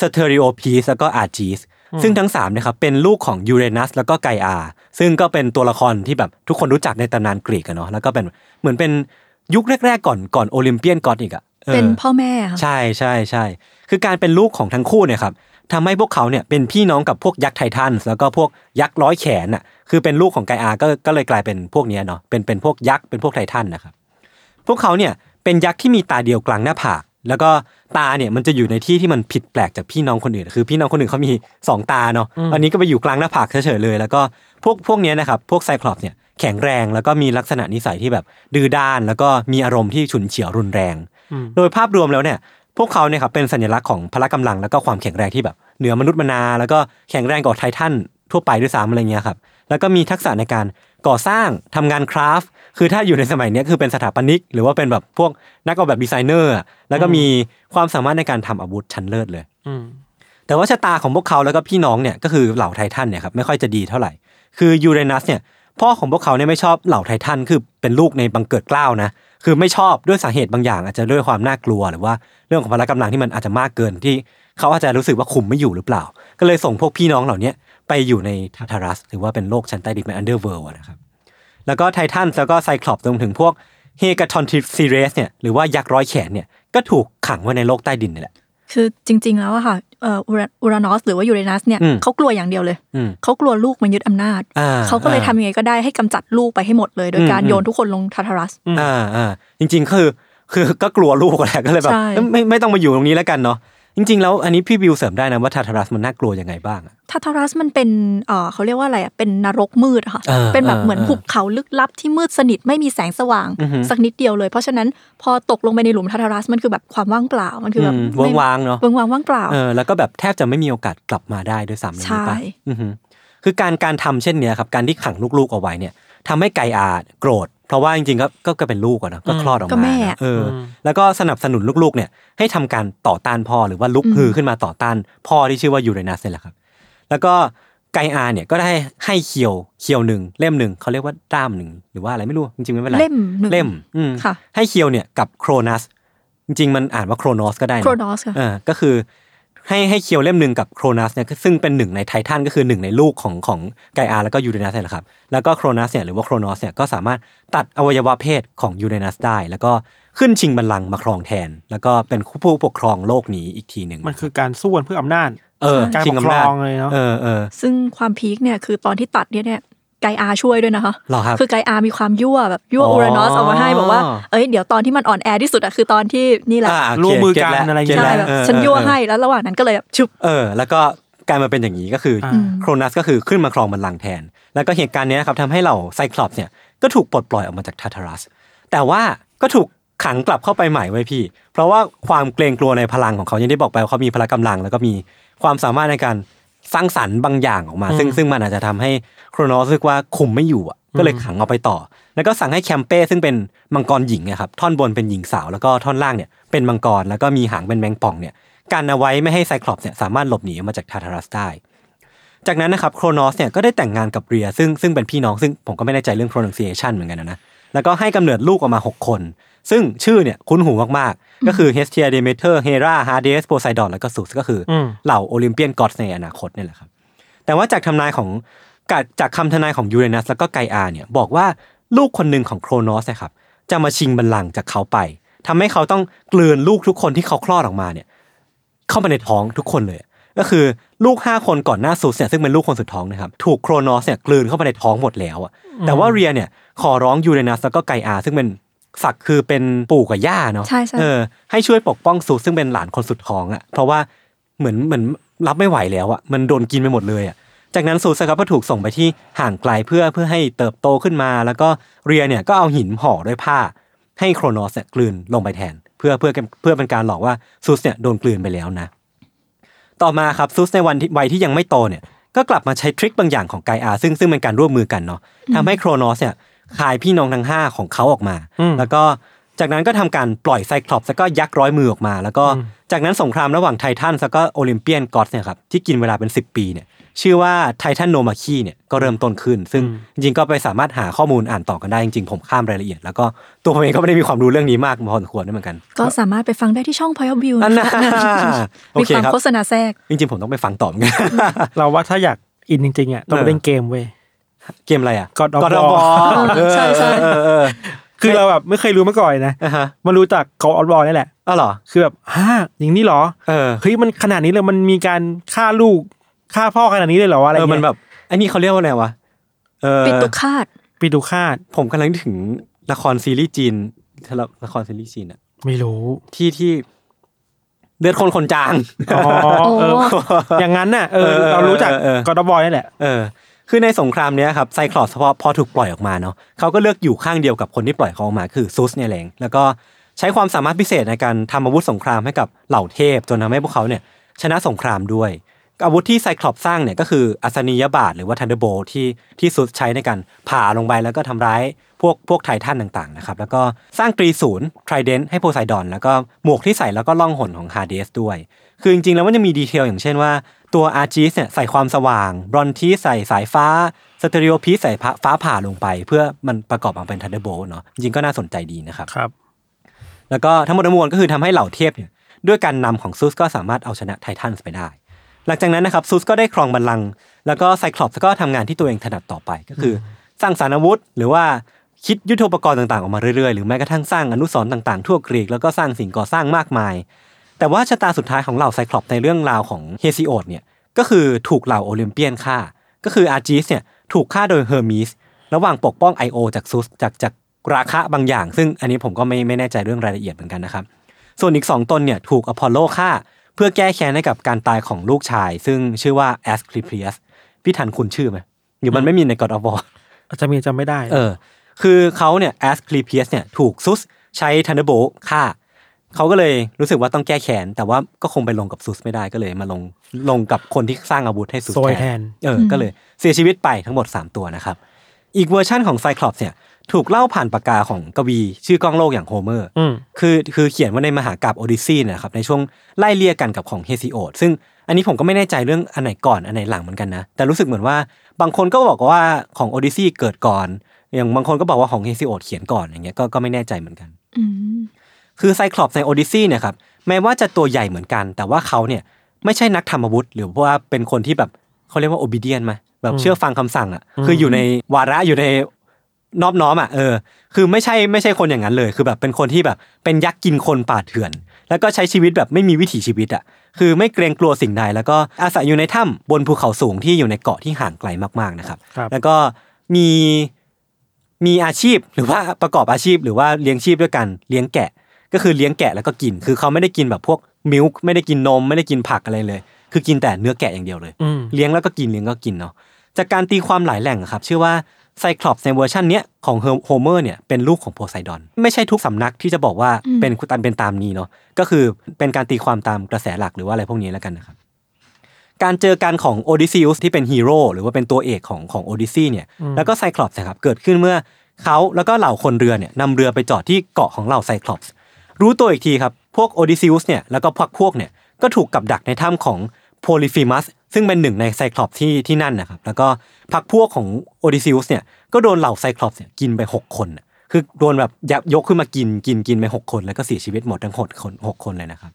C: สเตอริโอพีสแล้วก็อาร์จีสซึ่งทั้ง3นะครับเป็นลูกของยูเรนัสแล้วก็ไกอาซึ่งก็เป็นตัวละครที่แบบทุกคนรู้จักในตำนานกรีกอะเนาะแล้วก็เป็นเหมือนเป็นยุคแรกๆก่อนก่อนโอลิมเปียนก่อนอีกอะออ
A: เป็นพ่อแม่ค่ะ
C: ใช่ใช่ใช่ คือการเป็นลูกของทั้งคู่เนี่ยครับทำให้พวกเขาเนี่ยเป็นพี่น้องกับพวกยักษ์ไททันส์แล้วก็พวกยักษ์ร้อยแขนน่ะ คือเป็นลูกของไกอาก็ก็เลยกลายเป็นพวกเนี้ยเนาะ เป็นเป็นพวกยักษ์ เป็นพวกไททันนะครับ พวกเขาเนี่ยเป็นยักษ์ที่มีตาเดียวกลางหน้าผาก แล้วก็ตาเนี่ยมันจะอยู่ในที่ที่มันผิดแปลกจากพี่น้องคนอื่น คือพี่น้องคนอื่นเขามีสองตาเนาะ อันนี้ก็ไปอยู่กลางหน้าผากเฉยๆเลย แล้วก็พวกพวกเนี้ยนะครับ พวกไซคลอปเนี่ยแข็งแรง แล้วก็มีลักษณะนิสัยที่แบบดื้อด้าน แล้วก็มีอารมณ์ที่ฉุนเฉียวรุนแรง โดยภาพรวมแล้วเนี่ย พวกเขาเนี่ยครับเป็นสัญลักษณ์ของพละกำลังแล้วก็ความแข็งแรงที่แบบเหนือมนุษย์มนา แล้วก็แข็งแรงกว่าไททันทั่วไปด้วยซ้ำอะไรเงี้ยครับ แล้วก็มีทักษะในการก่อสร้างทำงานคราฟต์คือถ้าอยู่ในสมัยเนี้ยคือเป็นสถาปนิก หรือว่าเป็นแบบพวกนักออกแบบดีไซเนอร์อะแล้วก็มีความสามารถในการทำอาวุธชั้นเลิศเลย
B: อืม
C: แต่ว่าชะตาของพวกเขาแล้วก็พี่น้องเนี่ยก็คือเหล่าไททันเนี่ยครับไม่ค่อยจะดีเท่าไหร่ คือยูเรนัสเนี่ยพ่อของพวกเขาเนี่ยไม่ชอบเหล่าไททันคือเป็นลูกในบังเกิดเกล้าวนะคือไม่ชอบด้วยสาเหตุบางอย่าง อาจจะด้วยความน่ากลัวหรือว่าเรื่องของพละกำลังที่มันอาจจะมากเกินที่เขาอาจจะรู้สึกว่าคุมไม่อยู่หรือเปล่า ก็เลยส่งพวกพี่น้องเหล่าเนี้ยไปอยู่ในทาทารัสหรือว่าเป็นโลกชั้นใต้ดินเป็นอันเดอร์เวิลด์นะครับ แล้วก็ไททันแล้วก็ไซคลอปรวมถึงพวกเฮกาทอนทิซีเรสเนี่ยหรือว่ายักษ์ร้อยแขนเนี่ยก็ถูกขังไว้ในโลกใต้ดินนี่แหละ
A: คือจริง ๆ แล้วอะค่ะเอ่ออูรานอสหรือว่ายูเรนัสเนี่ย
C: อืม
A: เขากลัวอย่างเดียวเลย
C: อืม
A: เขากลัวลูกมันยึดอำนาจ
C: อ่า
A: เขาก็เลย
C: อ่า
A: ทำยังไงก็ได้ให้กำจัดลูกไปให้หมดเลย โดยการ
C: อืม
A: โยนทุกคนลงทาทารัส
C: อ่าอ่าจริงๆคือคือ ก็กลัวลูกแหละก็เลยแบบ
A: ใช่
C: เอ้ยไม่ไม่ต้องมาอยู่ตรงนี้แล้วกันเนาะจริง ๆ แล้วอันนี้พี่บิวเสริมได้นะว่าทาทารัสมันน่ากลัวยังไงบ้างอะ
A: ทาทารัสมันเป็นเอ่อเขาเรียกว่าอะไรอะเป็นนรกมืดอะค่ะ
C: อ่า
A: เป็นแบบเหมือน
C: อ่า
A: หุบเขาลึกลับที่มืดสนิทไม่มีแสงสว่าง
C: อือฮึ
A: สักนิดเดียวเลย เพราะฉะนั้นพอตกลงไปในหลุมทาทารัสมันคือแบบความว่างเปล่า มันคือแบบ
C: อืม
A: ไม่
C: วางๆเนาะ
A: เวิงวางว่างเปล่า
C: เออแล้วก็แบบแทบจะไม่มีโอกาสกลับมาได้ด้วยซ้ำเลย
A: ใช่
C: รู้ปะอือฮึคือการการทำเช่นเนี้ยครับการที่ขังลูกๆเอาไว้เนี่ยทำให้ไกอาโกรธ เพราะว่าจริงๆก็ก็ก็เป็นลูกอะเนาะก็คลอดออก
A: ก็
C: มา
A: แม่
C: นะเอออ
B: ม
C: แล้วก็สนับสนุนลูกๆเนี่ยให้ทำการต่อต้านพ่อหรือว่าลุกฮือขึ้นมาต่อต้านพ่อที่ชื่อว่ายูเรนัสเนี่ยแหละครับ แล้วก็ไกอาเนี่ยก็ได้ให้เคียวเคียวหนึ่งเล่มหนึ่งเขาเรียกว่าด้ามหนึ่งหรือว่าอะไรไม่รู้จริงๆไม่เป็นไร
A: เล่มหนึ่ง
C: เล่มอืม
A: ค่ะ
C: ให้เคียวเนี่ยกับโครนัสจริงๆ มันอ่านว่าโครนอสก็ได้
A: โค
C: นะ
A: รนอสค่ะ
C: เอ่าก็คือให้ให้เคียวเล่มหนึ่งกับโครนัสเนี่ยซึ่งเป็นหนึ่งในไททันก็คือหนึ่งในลูกของของไกอาแล้วก็ยูเรนัสเนี่ยแหละครับแล้วก็โครนัสเนี่ยหรือว่าโครนอสเนี่ยก็สามารถตัดอวัยวะเพศของยูเรนัสได้ แล้วก็ขึ้นชิงบัลลังก์มาครองแทน แล้วก็เป็นผู้ปกครองโลกนี้อีกทีหนึ่ง
B: มันคือการสู้กันเพื่ออำนาจ
C: เออ
B: การ
C: ชิง
B: ปก
C: อำ
B: คร
C: นาจ
B: องเลยเนาะ
C: เออเออ
A: ซึ่งความพีคเนี่ยคือตอนที่ตัดเนี่ยเนี่ยไกอาช่วยด้วยนะคะ
C: เหรอครับ
A: คือไกอามีความยั่วแบบยั่ว
C: อ๋อ
A: อูรานอสเอามาให้บอกว่า เอ้ยเดี๋ยวตอนที่มันอ่อนแอที่สุดอะคือตอนที่นี่แหละ
C: อ่าโเค
B: ร่วมมือกัน
C: เต
B: อะไรอย่างเงี้
C: เก็ต
B: ย
A: ใช่
C: ล้ว
A: แบบ
C: เออ
A: ฉันยั่ว
C: เออ
A: ให้แล้วระหว่างนั้นก็เลยแบบชุบ
C: เออ แล้วก็กลายมาเป็นอย่างนี้ก็คืออ
B: ม
C: โครนัสก็คือขึ้นมาครองบัลลังก์แทน แล้วก็เหตุการณ์เนี้ยครับทำให้เหล่าไซคลอปส์เนี่ยก็ถูกปลดปล่อยออกมาจากทาทารัส แต่ว่าก็ถูกขังกลับเข้าไปใหม่ไว้ยพี่ เพราะว่าความเกรงกลัวในพลังของเขาอย่างที่บอกไปว่าเขามีพละกำลัง แล้วก็มีความสามารถในการสร้างสรรค์บางอย่างออกมา ซึ่งซึ่งมันอาจจะทำให้โครนอสรู้สึกว่าคุมไม่อยู่อะก็เลยขังเอาไปต่อ แล้วก็สั่งให้แคมเป้ซึ่งเป็นมังกรหญิงอะครับท่อนบนเป็นหญิงสาวแล้วก็ท่อนล่างเนี่ยเป็นมังกรแล้วก็มีหางเป็นแมงป่องเนี่ย กันเอาไว้ไม่ให้ไซคลอปส์เนี่ยสามารถหลบหนีออกมาจากทาทารัสได้ จากนั้นนะครับโครนอสเนี่ยก็ได้แต่งงานกับเรียซึ่งซึ่งเป็นพี่น้องซึ่งผมก็ไม่แน่ใจเรื่อง pronunciation เหมือนกันนะนะแล้วก็ให้กำเนิดลูกออกมา 6 คน ซึ่งชื่อเนี่ยคุ้นหูมาก ๆ ก็คือเฮสเทียเดเมเทอร์เฮราฮาเดสโพไซดอนแล้วก็ซูสก็คืออ
B: ม
C: เหล่าโอลิมเปียนก็อดในอนาคตเนี่ยแหละครับ แต่ว่าจากทำนายของจากจากคำทำนายของยูเรนัสแล้วก็ไกอาเนี่ยบอกว่าลูกคนหนึ่งของโครนอสนะครับจะมาชิงบัลลังก์จากเขาไปทำให้เขาต้องกลืนลูกทุกคนที่เขาคลอดออกมาเนี่ย เข้ามาในท้องทุกคนเลย เ ก็คือลูกห้าคนก่อนหน้าซูสเนี่ยซึ่งเป็นลูกคนสุดท้องนะครับถูกโครนอสเนี่ยกลืนเข้าไปในท้องหมดแล้วอะแต่ว่าเรียเนี่ยขอร้องยูเรนัสแล้วก็ไกอาซึ่งเป็นศักดิ์คือเป็นปู่กับย่าเนาะ
A: ใช่ใช่
C: เออให้ช่วยปกป้องซูสซึ่งเป็นหลานคนสุดท้องอะเพราะว่าเหมือนเหมือนรับไม่ไหวแล้วอะมันโดนกินไปหมดเลยอะ จากนั้นซูสครับก็ถูกส่งไปที่ห่างไกลเพื่อเพื่อให้เติบโตขึ้นมา แล้วก็เรียเนี่ยก็เอาหินห่อด้วยผ้า ให้โครโนสเนี่ยกลืนลงไปแทน เพื่อเพื่อเพื่อเป็นการหลอกว่าซูสเนี่ยโดนกลืนไปแล้วนะ ต่อมาครับซูสในวันที่วัยที่ยังไม่โตเนี่ยก็กลับมาใช้ทริคบางอย่างของไกอาซึ่งซึ่งเป็นการร่วมมือกันเนาะทำให้โครโนสเนี่ยขายพี่น้องทั้งห้าของเขาออกมา แล้วก็จากนั้นก็ทำการปล่อยไซคลอปส์แล้วก็ยักษ์ร้อยมือออกมา แล้วก็จากนั้นสงครามระหว่างไททันแล้วก็โอลิมเปียนกอสเนี่ยครับที่กินเวลาเป็น 10 ปีเนี่ยชื่อว่าไททันโนมาคีเนี่ยก็เริ่มต้นขึ้น ซึ่งจริงๆก็ไปสามารถหาข้อมูลอ่านต่อกันได้จริงๆผมข้ามรายละเอียด แล้วก็ตัวผมเองก็ไม่ได้มีความรู้เรื่องนี้มากพอสมควรด้วยเหมือนกัน
A: ก็สามารถไปฟังได้ที่ช่อง Point of View
C: อัน
A: นะ
C: น่ะ
A: คะ
C: โอ
A: มี
C: เค
A: ความ
C: ครับ
A: โฆษณาแทรก
C: จริงๆผมต้องไปฟังต่อเหมือนกัน
B: เราว่าถ้าอยากอินจริงๆอ่ะต้องไปเล่นเกมเว้ย
C: เกมอะไรอ่ะ
B: God of
C: God
B: War
C: War เออ
A: ใช่ใช่
C: เออเออ
B: คือเราแบบไม่เคยรู้มาก่อนเลยนะ
C: อ่ะฮะ
B: มารู้จากกอล์ฟบอลนี่แหละ
C: อ้าวเหรอ
B: คือแบบฮ่าอย่างนี้เหรอ
C: เออ
B: เฮ้ยมันขนาดนี้เลยมันมีการฆ่าลูกฆ่าพ่อขนาดนี้เลยเหรออะไร
C: เออ
B: เงี้ย
C: มันแบบไอ้นี่เขาเรียกว่าอะไรวะเออ
A: ปิดตุกคาด
B: ปีดูคาด
C: ผมกำลังนึกถึงละครซีรีส์จีนละละครซีรีส์จีนอะ
B: ไม่รู้
C: ที่ที่เลือดคนคนจาง
B: อ๋อเออ
A: โอ้
B: อย่างนั้นน่ะเออ
C: เออเออ
B: เรารู้จัก
C: เออเออ
B: กอล์ฟบอลนี่แหละ
C: เออ คือในสงครามเนี้ยครับไซคลอสพอพอถูกปล่อยออกมาเนาะเขาก็เลือกอยู่ข้างเดียวกับคนที่ปล่อยเขาออกมาคือซูสเนี่ยแหลงแล้วก็ใช้ความสามารถพิเศษในการทำอาวุธสงครามให้กับเหล่าเทพ จนทำให้พวกเขาเนี่ยชนะสงครามด้วย อาวุธที่ไซคลอปสร้างเนี่ยก็คืออัศนียบาตหรือว่าทันเดอร์โบที่ที่ซูสใช้ในการผ่าลงไปแล้วก็ทำร้ายพวกพวกไททันต่างๆนะครับแล้วก็สร้างตรีศูนย์ไทรเดนให้โพไซดอนแล้วก็หมวกที่ใส่แล้วก็ล่องหนของฮาเดสด้วย คือจริงๆ แล้วมันจะมีดีเทลอย่างเช่นว่าตัวอาร์จีสเนี่ยใส่ความสว่างบรอนทีใส่สายฟ้าสเตอริโอพีใส่ฟ้าผ่าลงไป เพื่อมันประกอบมาเป็นทันเดอร์โบเนาะจริงๆก็น่าสนใจดีนะครับ
B: ครับ
C: แล้วก็ทั้งหมดทั้งมวลก็คือทำให้เหล่าเทพเนี่ยด้วยการนำของซูสก็สามารถเอาชนะไททันส์ไปได้ หลังจากนั้นนะครับซูสก็ได้ครองบัลลังก์แล้วก็ไซคลอปส์ก็ทำงานที่ตัวเองถนัดต่อไปก็คือ สร้างสารอาวุธ หรือว่าคิดยุทโธปกรณ์ต่างๆออกมาเรื่อยๆ หรือแม้กระทั่งสร้างอนุสรณ์ต่างๆทั่วกรีกแล้วก็สร้างสิ่งก่อสร้างมากมาย แต่ว่าชะตาสุดท้ายของเหล่าไซคลอปในเรื่องราวของเฮซิโอดเนี่ยก็คือถูกเหล่าโอลิมเปียนฆ่า ก็คืออาร์จีสเนี่ยถูกฆ่าโดยเฮอร์มีสระหว่างปกป้องไอโอจากซุสจากจากราคะบางอย่าง ซึ่งอันนี้ผมก็ไม่ไม่แน่ใจเรื่องรายละเอียดเหมือนกันนะครับ ส่วนอีก 2 ตนเนี่ยถูกอพอลโลฆ่า เพื่อแก้แค้นให้กับการตายของลูกชาย ซึ่งชื่อว่าแอสคลิเปียสพี่ทันคุณชื่อไหมหรือมันไม่มีในกอดอวอ
B: อาจจะมีจำไม่ได้
C: เออ คือเขาเนี่ยแอสคลีเพียสเนี่ยถูกซุสใช้ทันเดอร์โบฆ่า เขาก็เลยรู้สึกว่าต้องแก้แค้น แต่ว่าก็คงไปลงกับซุสไม่ได้ก็เลยมาลงลงกับคนที่สร้างอาวุธให้ซุส
B: โซยแท
C: แทน
B: น
C: เออ ก็เลยเสียชีวิตไปทั้งหมด 3 ตัวนะครับ อีกเวอร์ชั่นของไซคลอปส์เนี่ยถูกเล่าผ่านปากกาของกวี ชื่อกล้องโลกอย่างโฮเมอร์
B: อืม
C: คือคือเขียนว่าในมหากาบโอดิซีนะครับในช่วงไล่เลี่ยกันกับของเฮซิโอดซึ่งอันนี้ผมก็ไม่แน่ใจเรื่องอันไหนก่อนอันไหนหลังเหมือนกันนะ แต่รู้สึกเหมือนว่าบางคนก็บอกว่าของโอดิซีเกิดก่อน อย่างบางคนก็บอกว่าของเฮซิโอดเขียนก่อนอย่างเงี้ยก็ก็ไม่แน่ใจเหมือนกัน
A: อืม
C: คือไซคลอปส์ในโอดิซีเนี่ยครับแม้ว่าจะตัวใหญ่เหมือนกัน แต่ว่าเขาเนี่ยไม่ใช่นักธรรมอาวุธ หรือว่าเป็นคนที่แบบเขาเรียกว่าโอบิเดียนไหมแบบเชื่อฟังคำสั่งอ่ะคืออยู่ในวาระอยู่ในนอบน้อมอ่ะเออ คือไม่ใช่ไม่ใช่คนอย่างนั้นเลย คือแบบเป็นคนที่แบบเป็นยักษ์กินคนป่าเถื่อน แล้วก็ใช้ชีวิตแบบไม่มีวิถีชีวิตอ่ะคือไม่เกรงกลัวสิ่งใดแล้วก็อาศัยอยู่ในถ้ำบนภูเขาสูงที่อยู่ในเกาะที่ห่างไกลมากๆนะครับ
B: ครับ
C: แล้วก็มีมีอาชีพหรือว่าประกอบอาชีพหรือว่าเลี้ยงชีพด้วยกันเลี้ยงแกะ ก็คือเลี้ยงแกะแล้วก็กิน คือเขาไม่ได้กินแบบพวกมิลค์ไม่ได้กินนม ไม่ได้กินผักอะไรเลย คือกินแต่เนื้อแกะอย่างเดียวเลย
B: อืม
C: เลี้ยงแล้วก็กินเลี้ยงก็กินเนาะ จากการตีความหลายแหล่งอะครับชื่อว่าไซคลอปส์ในเวอร์ชันเนี้ยของโฮเมอร์เนี่ยเป็นลูกของโพไซดอน ไม่ใช่ทุกสำนักที่จะบอกว่า
A: อืม
C: เป็นคุตันเป็นตามนี้เนาะก็คือเป็นการตีความตามกระแสหลักหรือว่าอะไรพวกนี้แล้วกันนะครับ การเจอกันของโอดิซิอุสที่เป็นฮีโร่หรือว่าเป็นตัวเอกของของโอดิซีเนี่ยแล้วก็ไซคลอปส์นะครับเกิดขึ้นเมื่อเขาแล้วก็เหล่าคนเรือเนี่ยนำเรือไปจอดที่เกาะของเหล่าไซคลอปส์รู้ตัวอีกทีครับ พวกโอดิซิอุสเนี่ยแล้วก็พวกพวกเนี่ยก็ถูกกับดักในถ้ำของโพลิฟิมัสซึ่งเป็นหนึ่งในไซคลอปส์ที่ที่นั่นนะครับแล้วก็พักพวกของโอดิซิอุสเนี่ยก็โดนเหล่าไซคลอปส์เนี่ยกินไปหกคนน่ะคือโดนแบบยับยกขึ้นมากินกินกินไปหกคนแล้วก็เสียชีวิตหมดทั้งหกคนหกคนเลยนะครับ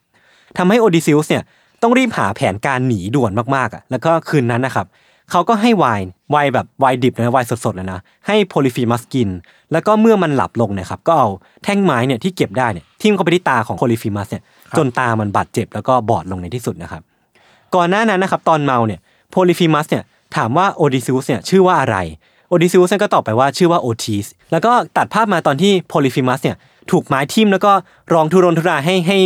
C: ทำให้โอดิซิอุสเนี่ยต้องรีบหาแผนการหนีด่วนมากๆอ่ะแล้วก็คืนนั้นนะครับเขาก็ให้ไวน์ไวน์แบบไวน์ดิบนะไวน์สดๆเลยนะ ให้โพลิฟีมัสกิน แล้วก็เมื่อมันหลับลงเนะครับก็เอาแท่งไม้เนี่ยที่เก็บได้เนี่ยทิ่มเข้าไปที่ตาของโพลิฟีมัสเนี่ยจนตามันบาดเจ็บแล้วก็บอดลงในที่สุดนะครับ ก่อนหน้านั้นนะครับตอนเมาเนี่ยโพลิฟิมัสเนี่ยถามว่าโอดิซิอุสเนี่ยชื่อว่าอะไรโอดิซิอุสก็ตอบไปว่าชื่อว่าโอทีสแล้วก็ตัดภาพมาตอนที่โพลิฟิมัสเนี่ยถูกไม้ทิ่มแล้วก็ร้องทุรนทุรายให้ให้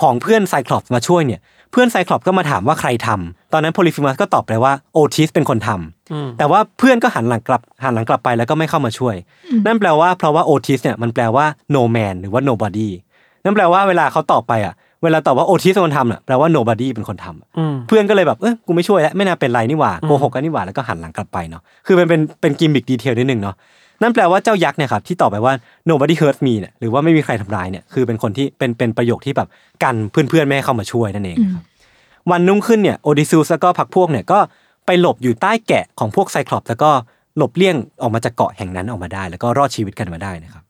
C: ผองเพื่อนไซคลอปส์มาช่วยเนี่ยเพื่อนไซคลอปส์ก็มาถามว่าใครทำตอนนั้นโพลิฟิมัสก็ตอบไปว่าโอทีสเป็นคนทำ แต่ว่าเพื่อนก็หันหลังกลับหันหลังกลับไปแล้วก็ไม่เข้ามาช่วย นั่นแปลว่าเพราะว่าโอทิสเนี่ยมันแปลว่า no man หรือว่า nobody นั่นแปลว่าเวลาเขาตอบไปอ่ะ เวลาตอบว่าโอทิสเป็นคนทำน่ะแปลว่า nobody เป็นคนทำอะ
B: อืม
C: เพื่อนก็เลยแบบเออกูไม่ช่วยแล้วไม่น่าเป็นไรนี่หว่าโกหกกันนี่หว่าแล้วก็หันหลังกลับไปเนาะคือมันเป็นเป็นกิมมิกดีเทลนิดนึงเนาะนั่นแปลว่าเจ้ายักษ์เนี่ยครับที่ตอบไปว่า nobody hurt me เนี่ยหรือว่าไม่มีใครทำร้ายเนี่ยคือเป็นคนที่เป็นเป็นประโยคที่แบบกันเพื่อนๆไม่ให้เข้ามาช่วยนั่นเองครับ วันนุ่งขึ้นเนี่ยโอดิซิสแล้วก็พักพวกเนี่ยก็ไปหลบอยู่ใต้แกะของพวกไซคลอปส์แล้วก็หลบเลี่ยงออกมาจากเกาะแห่งนั้นออกมาได้ แล้วก็รอดชีวิตกันมาได้นะครับ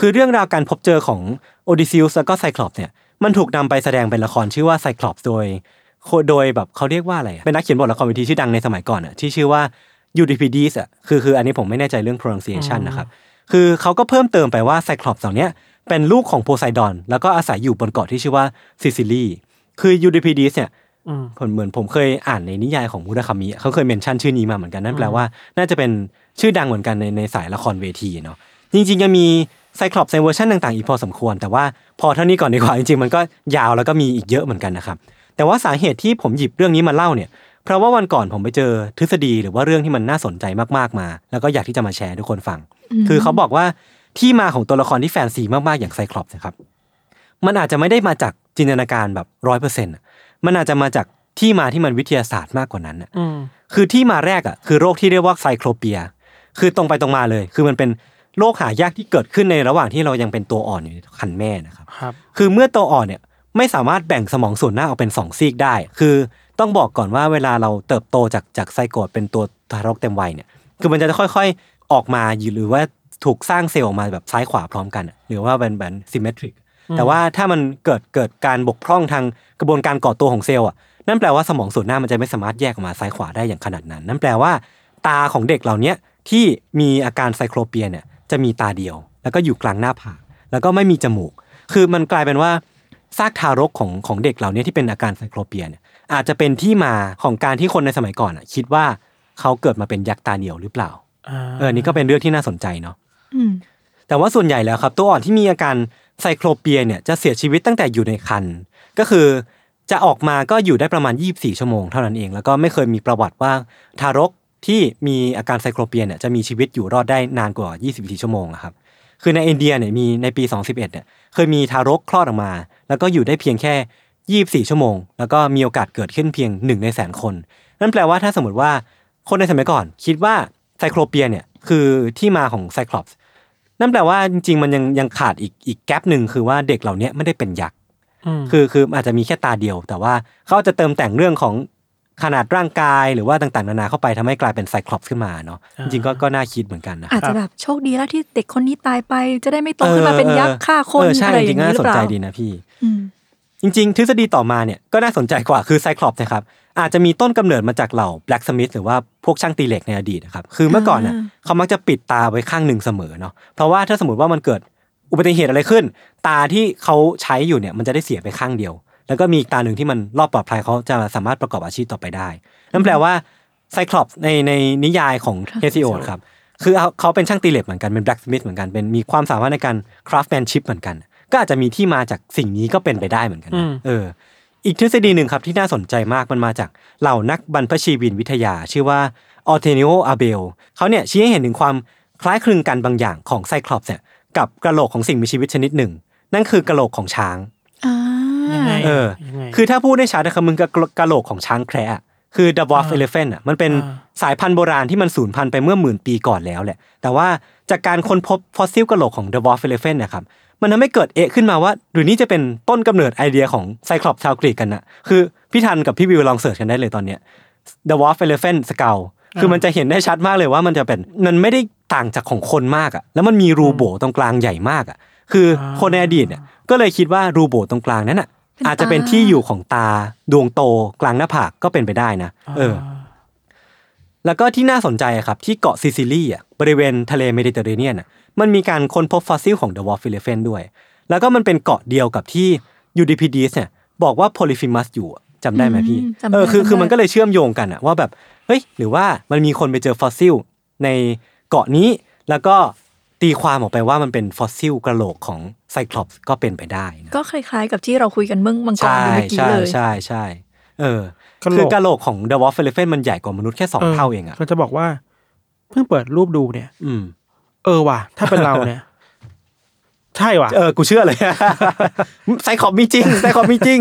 C: คือเรื่องราวการพบเจอของโอดิซิ s แล้วก็ไซคลอปส์เนี่ยมันถูกนำไปแสดงเป็นละครชื่อว่าไซคลอปส์โดยโคโดยแบบเขาเรียกว่าอะไรอะเป็นนักเขียนบทละครเวทีชื่อดังในสมัยก่อนอะที่ชื่อว่ายูดิพิดีสอะคือคืออันนี้ผมไม่แน่ใจเรื่อง pronunciation นะครับคือเขาก็เพิ่มเติมไปว่าไซคลอปส์เหล่าเนี้ยเป็นลูกของโพไซดอนแล้วก็อาศัยอยู่บนเกาะที่ชื่อว่าซิซิลีคือยูดิพิดีสเนี่ย
B: อืม
C: ผมเหมือนผมเคยอ่านในนิยายของมูราคามิเขาเคยเมนชั่นชื่อนี้มาเหมือนกันนั่นแปลว่า น่าจะเป็นชื่อดังเหมือนกันในในสายละครเวทีเนาะจริงๆยังมีไซคลอปไซเวอร์ชันต่างๆ อีกพอสมควร แต่ว่าพอเท่านี้ก่อนดีกว่าจริงๆ มันก็ยาวแล้วก็มีอีกเยอะเหมือนกันนะครับ แต่ว่าสาเหตุที่ผมหยิบเรื่องนี้มาเล่าเนี่ย เพราะว่าวันก่อนผมไปเจอทฤษฎีหรือว่าเรื่องที่มันน่าสนใจมากๆมา แล้วก็อยากที่จะมาแชร์ให้ทุกคนฟัง คือเขาบอกว่าที่มาของตัวละครที่แฟนซีมากๆอย่างไซคลอปนะครับ มันอาจจะไม่ได้มาจากจินตนาการแบบร้อยเปอร์เซ็นต์มันอาจจะมาจากที่มาที่มันวิทยาศาสตร์มากกว่านั้นน่ะ
B: อืม
C: คือที่มาแรกอ่ะคือโรคที่เรียกว่าไซโครเปีย คือตรงไปตรงมาเลย คือมันเป็นโรคหายากที่เกิดขึ้นในระหว่างที่เรายังเป็นตัวอ่อนอยู่ในคันแม่นะครับ
B: ครับ
C: คือเมื่อตัวอ่อนเนี่ยไม่สามารถแบ่งสมองส่วนหน้าออกเป็นสองซีกได้ คือต้องบอกก่อนว่าเวลาเราเติบโตจากจากไซโกดเป็นตัวทารกเต็มวัยเนี่ย คือมันจะค่อยๆออกมาอยู่หรือว่าถูกสร้างเซลล์ออกมาแบบซ้ายขวาพร้อมกันอะหรือว่าเป็นแบบซิมเมทริก แต่ว่าถ้ามันเกิดเกิดการบกพร่องทางกระบวนการก่อตัวของเซลล์อ่ะ นั่นแปลว่าสมองส่วนหน้ามันจะไม่สามารถแยกออกมาซ้ายขวาได้อย่างขนาดนั้น นั่นแปลว่า ตาของเด็กเหล่าเนี้ยที่มีอาการไซโครเปียเนี่ยจะมีตาเดียว แล้วก็อยู่กลางหน้าผากแล้วก็ไม่มีจมูก คือมันกลายเป็นว่าซากทารกของของเด็กเหล่านี้ที่เป็นอาการไซโครเปียเนี่ยอาจจะเป็นที่มาของการที่คนในสมัยก่อนอ่ะคิดว่าเขาเกิดมาเป็นยักษ์ตาเดียวหรือเปล่า
B: อ่า
C: เออนี่ก็เป็นเรื่องที่น่าสนใจเนาะ
A: อืม
C: แต่ว่าส่วนใหญ่แล้วครับ ตัวอ่อนที่มีอาการไซโครเปียเนี่ยจะเสียชีวิตตั้งแต่อยู่ในครรภ์ก็คือจะออกมาก็อยู่ได้ประมาณ 24 ชั่วโมงเท่านั้นเอง แล้วก็ไม่เคยมีประวัติว่าทารกที่มีอาการไซโครเปียเนี่ยจะมีชีวิตอยู่รอดได้นานกว่า 24 ชั่วโมงอะครับคือในอินเดียเนี่ยมีในปี 2011เนี่ยเคยมีทารกคลอดออกมา แล้วก็อยู่ได้เพียงแค่ 24 ชั่วโมง แล้วก็มีโอกาสเกิดขึ้นเพียงหนึ่งในแสนคน นั่นแปลว่าถ้าสมมติว่าคนในสมัยก่อนคิดว่าไซโครเปียเนี่ยคือที่มาของไซคลอปส นั่นแปลว่าจริงๆ มันยังยังขาดอีกอีกแกลบหนึ่งคือว่าเด็กเหล่าเนี้ยไม่ได้เป็นยักษ์
B: อืม
C: คือคืออาจจะมีแค่ตาเดียว แต่ว่าเขาจะเติมแต่งเรื่องของขนาดร่างกายหรือว่าต่างๆ นานาเข้าไปทำให้กลายเป็นไซคลอปส์ขึ้นมาเนาะจริงๆก็ก็น่าคิดเหมือนกันนะ
A: อาจจะแบบโชคดีแล้วที่เด็กคนนี้ตายไป จะได้ไม่โตขึ้นมาเป็นยักษ์ฆ่าคน
C: เออใช่
A: อะไรอ
C: จริ
A: ย่าง ง
C: ๆ
A: นี้
C: น่า
A: หรื
C: ส
A: อน เปล่า
C: ใจดีนะพี่
A: อืม
C: จริงๆ ทฤษฎีต่อมาเนี่ยก็น่าสนใจกว่าคือไซคลอปส์นะครับอาจจะมีต้นกำเนิดมาจากเหล่าแบล็กสมิธหรือว่าพวกช่างตีเหล็กในอดีตนะครับคือเมื่อก่อนน่ะ
A: อ่า
C: เขามักจะปิดตาไว้ข้างหนึ่งเสมอเนาะเพราะว่าถ้าสมมติว่ามันเกิดอุบัติเหตุอะไรขึ้น ตาที่เขาใช้อยู่เนี่ยมันจะได้เสียไปข้างเดียว แล้วก็มีอีกตาหนึ่งที่มันรอบปลอดภัยเขาจะสามารถประกอบอาชีพต่อไปได้ นั่นแปลว่าไซคลอปส์ในในนิยายของเฮซิโอดครับ คือเอาเขาเป็นช่างตีเหล็กเหมือนกัน เป็นแบล็กสมิธเหมือนกัน เป็นมีความสามารถในการคราฟแมนชิพเหมือนกัน ก็อาจจะมีที่มาจากสิ่งนี้ก็เป็นไปได้เหมือนกัน
B: อื
C: นะ
B: ม
C: เออ อีกทฤษฎีหนึ่งครับที่น่าสนใจมากมันมาจากเหล่านักบรรพชีวินวิทยา ชื่อว่าออเทนิโออาเบลเขาเนี่ยชี้ให้เห็นถึงความคล้ายคลึงกันบางอย่างของไซคลอปส์เนี่ยกับกระโหลกของสิ่งมีชีวิตชนิดหนึ่ง นั่นคือกระโหลกของช้าง
A: อ่า
B: ยังไง
C: เออ
B: ยังไง
C: คือถ้าพูดได้ชัดนะครับมึงกะกะโหลกของช้างแคระอะคือ The Dwarf
B: อ่า
C: Elephant อ่ะมันเป็น
B: อ่า
C: สายพันธุ์โบราณที่มันสูญพันธุ์ไปเมื่อหมื่นปีก่อนแล้วแหละ แต่ว่าจากการค้นพบฟอสซิลกะโหลกของ The Dwarf Elephant เนะครับมันทำให้เกิดเอะขึ้นมาว่า หรือนี่จะเป็นต้นกำเนิดไอเดียของไซคลอปชาวกรีกกันนะคือพี่ทันกับพี่วิวลองเสิร์ชกันได้เลยตอนเนี้ย The Dwarf Elephant Skull คือมันจะเห็นได้ชัดมากเลยว่ามันจะเป็นมันไม่ได้ต่างจากของคนมากอ่ะแล้วมันมีรูโบตรงกลางใหญ่มากอ่ะคือคนในอดีตเนี่ยก็เลยคิดว่ารูโบตรงกลางนั้นอ่ะ อาจจะเป็นที่อยู่ของตาดวงโตกลางหน้าผากก็เป็นไปได้นะ เออ แล้วก็ที่น่าสนใจอะครับ ที่เกาะซิซิลีอ่ะบริเวณทะเลเมดิเตอร์เรเนียนอะมันมีการค้นพบฟอสซิลของ The Wolf Elephant ด้วย แล้วก็มันเป็นเกาะเดียวกับที่ UDPDs เนี่ยบอกว่า Polyphemus อยู่อะ จำได้ไหมพี่
A: อืมจำได้
C: เออคือ
A: จำได้
C: คือมันก็เลยเชื่อมโยงกันอะว่าแบบเฮ้ยหรือว่ามันมีคนไปเจอฟอสซิลในเกาะนี้ แล้วก็ตีความออกไปว่ามันเป็นฟอสซิลกระโหลกของไซคลอปส์ก็เป็นไปได้นะ
A: ก็คล้ายๆกับที่เราคุยกันเมื่อมังกร
C: ใช่
A: อยู่เมื่อกี้
C: ใช่
A: เลย
C: ใช่ใช่เออก
B: ะโหลก
C: คือกระโหลกของเดอะวอลเฟลเฟนมันใหญ่กว่ามนุษย์แค่สองเท่าเองอะ
B: ก็จะบอกว่า เพิ่งเปิดรูปดูเนี่ย
C: อืม
B: เออว่ะ ถ้าเป็นเราเนี่ย ใช่ว่ะ
C: เออ กูเชื่ อเลย ไซคอปมีจริง ไซคอปมีจริง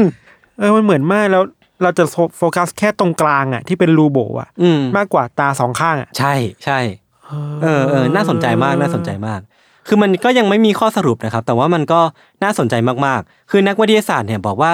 B: เออมันเหมือนมากแล้วเราจะโฟโฟกัสแค่ตรงกลางอ่ะ ที่เป็นรูโบอ่ะ
C: อืม
B: มากกว่าตาสองข้างอ่ะ
C: ใช่ใช่ เออเออน่าสนใจมากน่าสนใจมาก คือมันก็ยังไม่มีข้อสรุปนะครับ แต่ว่ามันก็น่าสนใจมากๆ คือนักวิทยาศาสตร์เนี่ยบอกว่า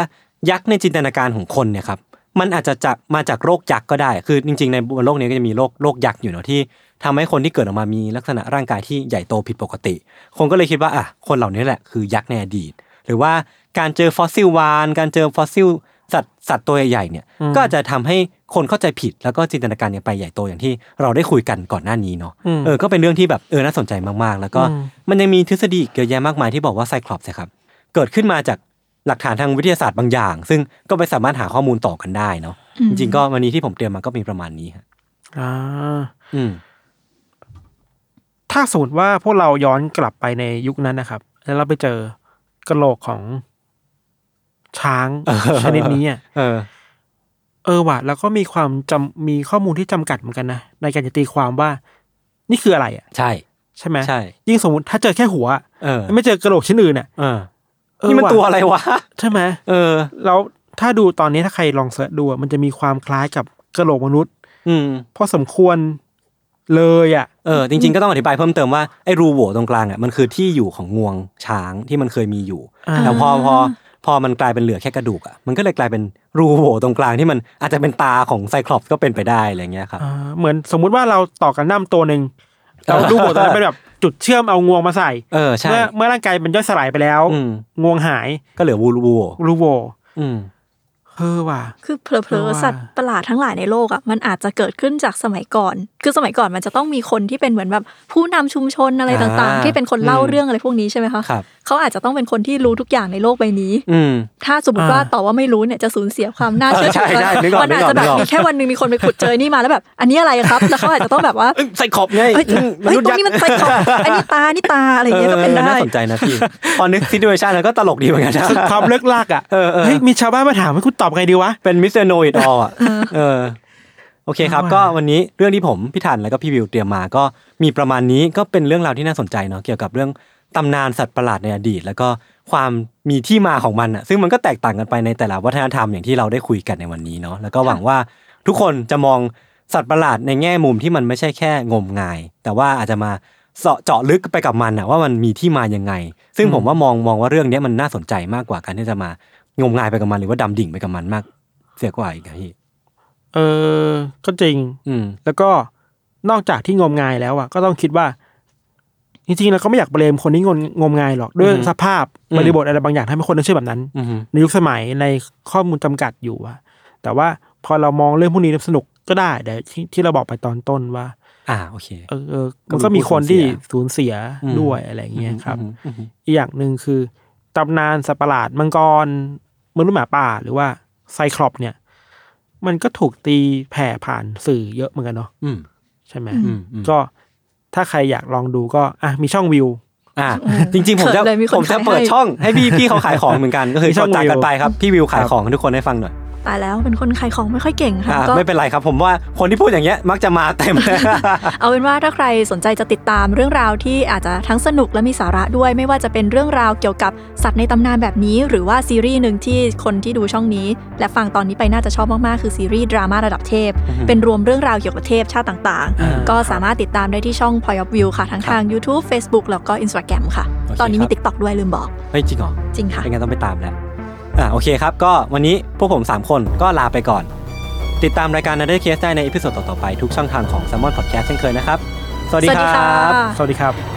C: ยักษ์ในจินตนาการของคนเนี่ยครับมันอาจจะจากมาจากโรคยักษ์ก็ได้ คือจริงๆในบนโลกนี้ก็จะมีโรคโรคยักษ์อยู่เนาะที่ทำให้คนที่เกิดออกมามีลักษณะร่างกายที่ใหญ่โตผิดปกติ คนก็เลยคิดว่าอ่ะคนเหล่านี้แหละคือยักษ์ในอดีต หรือว่าการเจอฟอสซิลวานการเจอฟอสซิลสัตว์สัตว์ตัวใหญ่ๆเนี่ยก็อาจจะทำให้คนเข้าใจผิดแล้วก็จินตนาการกันไปใหญ่โตอย่างที่เราได้คุยกันก่อนหน้านี้เนาะ
B: ม
C: เออ ก็เป็นเรื่องที่แบบเออ น่าสนใจมาก ๆ แล้วก็
B: อืม
C: มันยังมีทฤษฎีอีกเยอะแยะมากมายที่บอกว่าไซคลอปส์อะครับ เกิดขึ้นมาจากหลักฐานทางวิทยาศาสตร์บางอย่าง ซึ่งก็ไปสามารถหาข้อมูลต่อกันได้เนาะ
A: อืม
C: จริงๆ ก็วันนี้ที่ผมเตรียมมาก็มีประมาณนี้ฮะ
B: อ่า
C: อืม
B: ถ้าสมมติว่าพวกเราย้อนกลับไปในยุคนั้นนะครับ แล้วเราไปเจอกระโหลกของ ช้าง
C: เออ
B: ชนิดนี้อะ
C: เออ
B: เออว่ะแล้วก็มีความจำมีข้อมูลที่จำกัดเหมือนกันนะในการจะตีความว่า นี่คืออะไรอ่ะ
C: ใช่
B: ใช่ไหม
C: ใช่
B: ยิ่งสมมติถ้าเจอแค่หัวอะ
C: เออ
B: ไม่เจอกระโหลกชิ้นอื่นอ่ะ
C: เออ
B: เออ
C: นี่มัน
B: ว่ะ
C: ตัวอะไรวะ
B: ใช่ไหม
C: เออ
B: แล้วถ้าดูตอนนี้ถ้าใครลองเสิร์ชดูอะมันจะมีความคล้ายกับกระโหลกมนุษย์
C: อืม
B: พอสมควรเลยอ่ะ
C: เออจริงๆก็ต้องอธิบายเพิ่มเติมว่าไอ้รูโหว่ตรงกลางอ่ะมันคือที่อยู่ของงวงช้างที่มันเคยมีอยู่
B: อ่า
C: แต่พอพอพอมันกลายเป็นเหลือแค่กระดูกอ่ะมันก็เลยกลายเป็นรูโหว่ตรงกลางที่มันอาจจะเป็นตาของไซคลอปส์ก็เป็นไปได้อะไรเงี้ยครับ
B: อ่าเหมือนสมมุติว่าเราต่อกันน้ำตัวหนึ่งเรา
C: เออ
B: ดูบทตัวนั้นเป็นแบบจุดเชื่อมเอางวงมาใส่
C: เออใช่
B: เมื่อเมื่อร่างกายมันย่อยสลายไปแล้ว
C: อืม
B: งวงหาย
C: ก็เหลือวูรูโหว่
B: รูโว
C: อืม
B: เฮ้อ ว่ะ
A: คือเผลอ
B: ว่า
A: ๆสัตว์ประหลาดทั้งหลายในโลกอ่ะมันอาจจะเกิดขึ้นจากสมัยก่อน คือสมัยก่อนมันจะต้องมีคนที่เป็นเหมือนแบบผู้นำชุมชนอะไร
C: อ่า
A: ต่างๆ ที่เป็นคนเล่า
C: อืม
A: เรื่องอะไรพวกนี้ใช่ไหมคะ
C: ครับ
A: เขาอาจจะต้องเป็นคนที่รู้ทุกอย่างในโลกใบนี้
C: อืม
A: ถ้าสมมติว่า
B: อ่า
A: ต่อบว่าไม่รู้เนี่ยจะสูญเสียความน่าเชื่อถื
C: เออใช่ใช่นึกออก
A: มันอาจจะ
C: นึ
A: แบบ
C: กออก
A: มีแค่วันหนึ่งมีคนไปขุดเจอนี่มาแล้วแบบ อันนี้อะไรครับ แล้วเขาอาจจะต้องแบบว่า
C: เอ้ยไซคลอปส์ไง
A: เฮ้ย
C: อืมม
A: เฮ้ย
C: นุษย์
A: ตร
C: ยัก
A: ง
C: ษ์
A: นี้มันใส่ของอันนี้ตาอันนี่ตาอะไรอย่างเงี้ยก็เป็น
C: ออ
A: ได้
C: น่าสนใจ นะพี่ พอนึกซีดูเอชันแล้วก็ตลกดีเหมือนกันนะ
B: คือความเลิกลากอ่ะ
C: เออเออ
B: ยมีชาวบ้านมาถามว่าคุณตอบไงดีวะ
C: เป็นมิสเตอร์โนอิดออ่ะ เออ โอเคครับ
B: ว้าว
C: ก็วันนี้เรื่องที่ผมพี่ถันแล้วก็พี่วิวเตรียมมาก็มีประมาณนี้ก็เป็นเรื่องราวที่น่าสนใจเนาะเกี่ยวกับเรื่องตำนานสัตว์ประหลาดในอดีต แล้วก็ความมีที่มาของมันอ่ะ ซึ่งมันก็แตกต่างกันไปในแต่ละวัฒนธรรมอย่างที่เราได้คุยกันในวันนี้เนาะแล้วก็หวังว่าทุกคนจะมองสัตว์ประหลาดในแง่มุมที่มันไม่ใช่แค่งมงาย แต่ว่าอาจจะมาเสาะเจาะลึกไปกับมันอ่ะว่ามันมีที่มายังไง ซึ่งผมว่ามองมองว่าเรื่องเนี้ยมันน่าสนใจมากกว่าการที่จะมางมงายไปกับมันหรือว่าดำดิ่งไปกับมันมาก เสียกว่าอีกนะพี่
B: เออ ก็จริง
C: อืม
B: แล้วก็นอกจากที่งมงายแล้วอ่ะ ก็ต้องคิดว่า จริงๆเราก็ไม่อยากเบลมคนที่งมงมงายหรอกด้วย
C: อือฮึ
B: สภาพ
C: อืม
B: บริบทอะไรบางอย่างทำให้คนนั้นเชื่อแบบนั้น
C: อืม
B: ในยุคสมัยในข้อมูลจำกัดอยู่อะแต่ว่าพอเรามองเรื่องพวกนี้สนุกก็ได้แต่ที่ที่เราบอกไปตอนต้นว่า
C: อ่า โอเค
B: เออเออมันก็มีคนที่สูญเสีย
C: อืม
B: ด้วยอะไรอย่างเงี้ยครับ
C: อืมอืม
B: อีกอย่างหนึ่งคือตำนานสัตว์ประหลาดมังกรมนุษย์หมาป่าหรือว่าไซคลอปเนี่ย มันก็ถูกตีแผ่ผ่านสื่อเยอะเหมือนกันเนาะ
C: อืม
B: ใช่ไหม
A: อื
C: อืมอืม
B: ก็ถ้าใครอยากลองดูก็อ่ะมีช่องวิว
C: อ่า จริงๆ ผมจะ
A: เขินเลยมีคน
C: ผมจะ
A: ขายให้
C: เปิดช่องให้ พี่พี่เขาขายของเหมือนกัน ก็คือ
B: มีช่
C: ช่อ
B: อง ง
C: จากกัน
B: วิว
C: ไปครับ พี่วิวขายของให้ทุกคนได้ฟังหน่อย
A: ตายแล้วเป็นคนขายของไม่ค่อยเก่งค่ะ
C: อ่า
A: ก็
C: ไม่เป็นไรครับ ผมว่าคนที่พูดอย่างเงี้ยมักจะมาเต็ม
A: เอาเป็นว่าถ้าใครสนใจจะติดตามเรื่องราวที่อาจจะทั้งสนุกและมีสาระด้วย ไม่ว่าจะเป็นเรื่องราวเกี่ยวกับสัตว์ในตำนานแบบนี้ หรือว่าซีรีส์หนึ่งที่คนที่ดูช่องนี้ และฟังตอนนี้ไปน่าจะชอบมาก ๆ คือซีรีส์ดราม่าระดับเทพ
C: อือฮึ
A: เป็นรวมเรื่องราวเกี่ยวกับเทพชาติต่าง
C: อ่า
A: ๆ ก็สามารถติดตามได้ที่ช่อง Point of View ค่ะ ทั้งทาง YouTube Facebook แล้วก็ Instagram ค่ะ
C: โอเค
A: ตอนนี้
C: ครั
A: มี
C: บ
A: TikTok ด้วยลืมบอก
C: เฮ้ยจริงเหรอ
A: จริงค่ะ
C: ไม่งั้นต้องไปตามแล้ว อ่าโอเคครับ ก็วันนี้พวกผม 3 คนก็ลาไปก่อน ติดตามรายการ Another Case ได้ในอีพิโซดต่อๆไปทุกช่องทางของ s ซ m o n Podcast เช่นเคยนะครับ สวัสดีครับ
B: สวัสดีครับ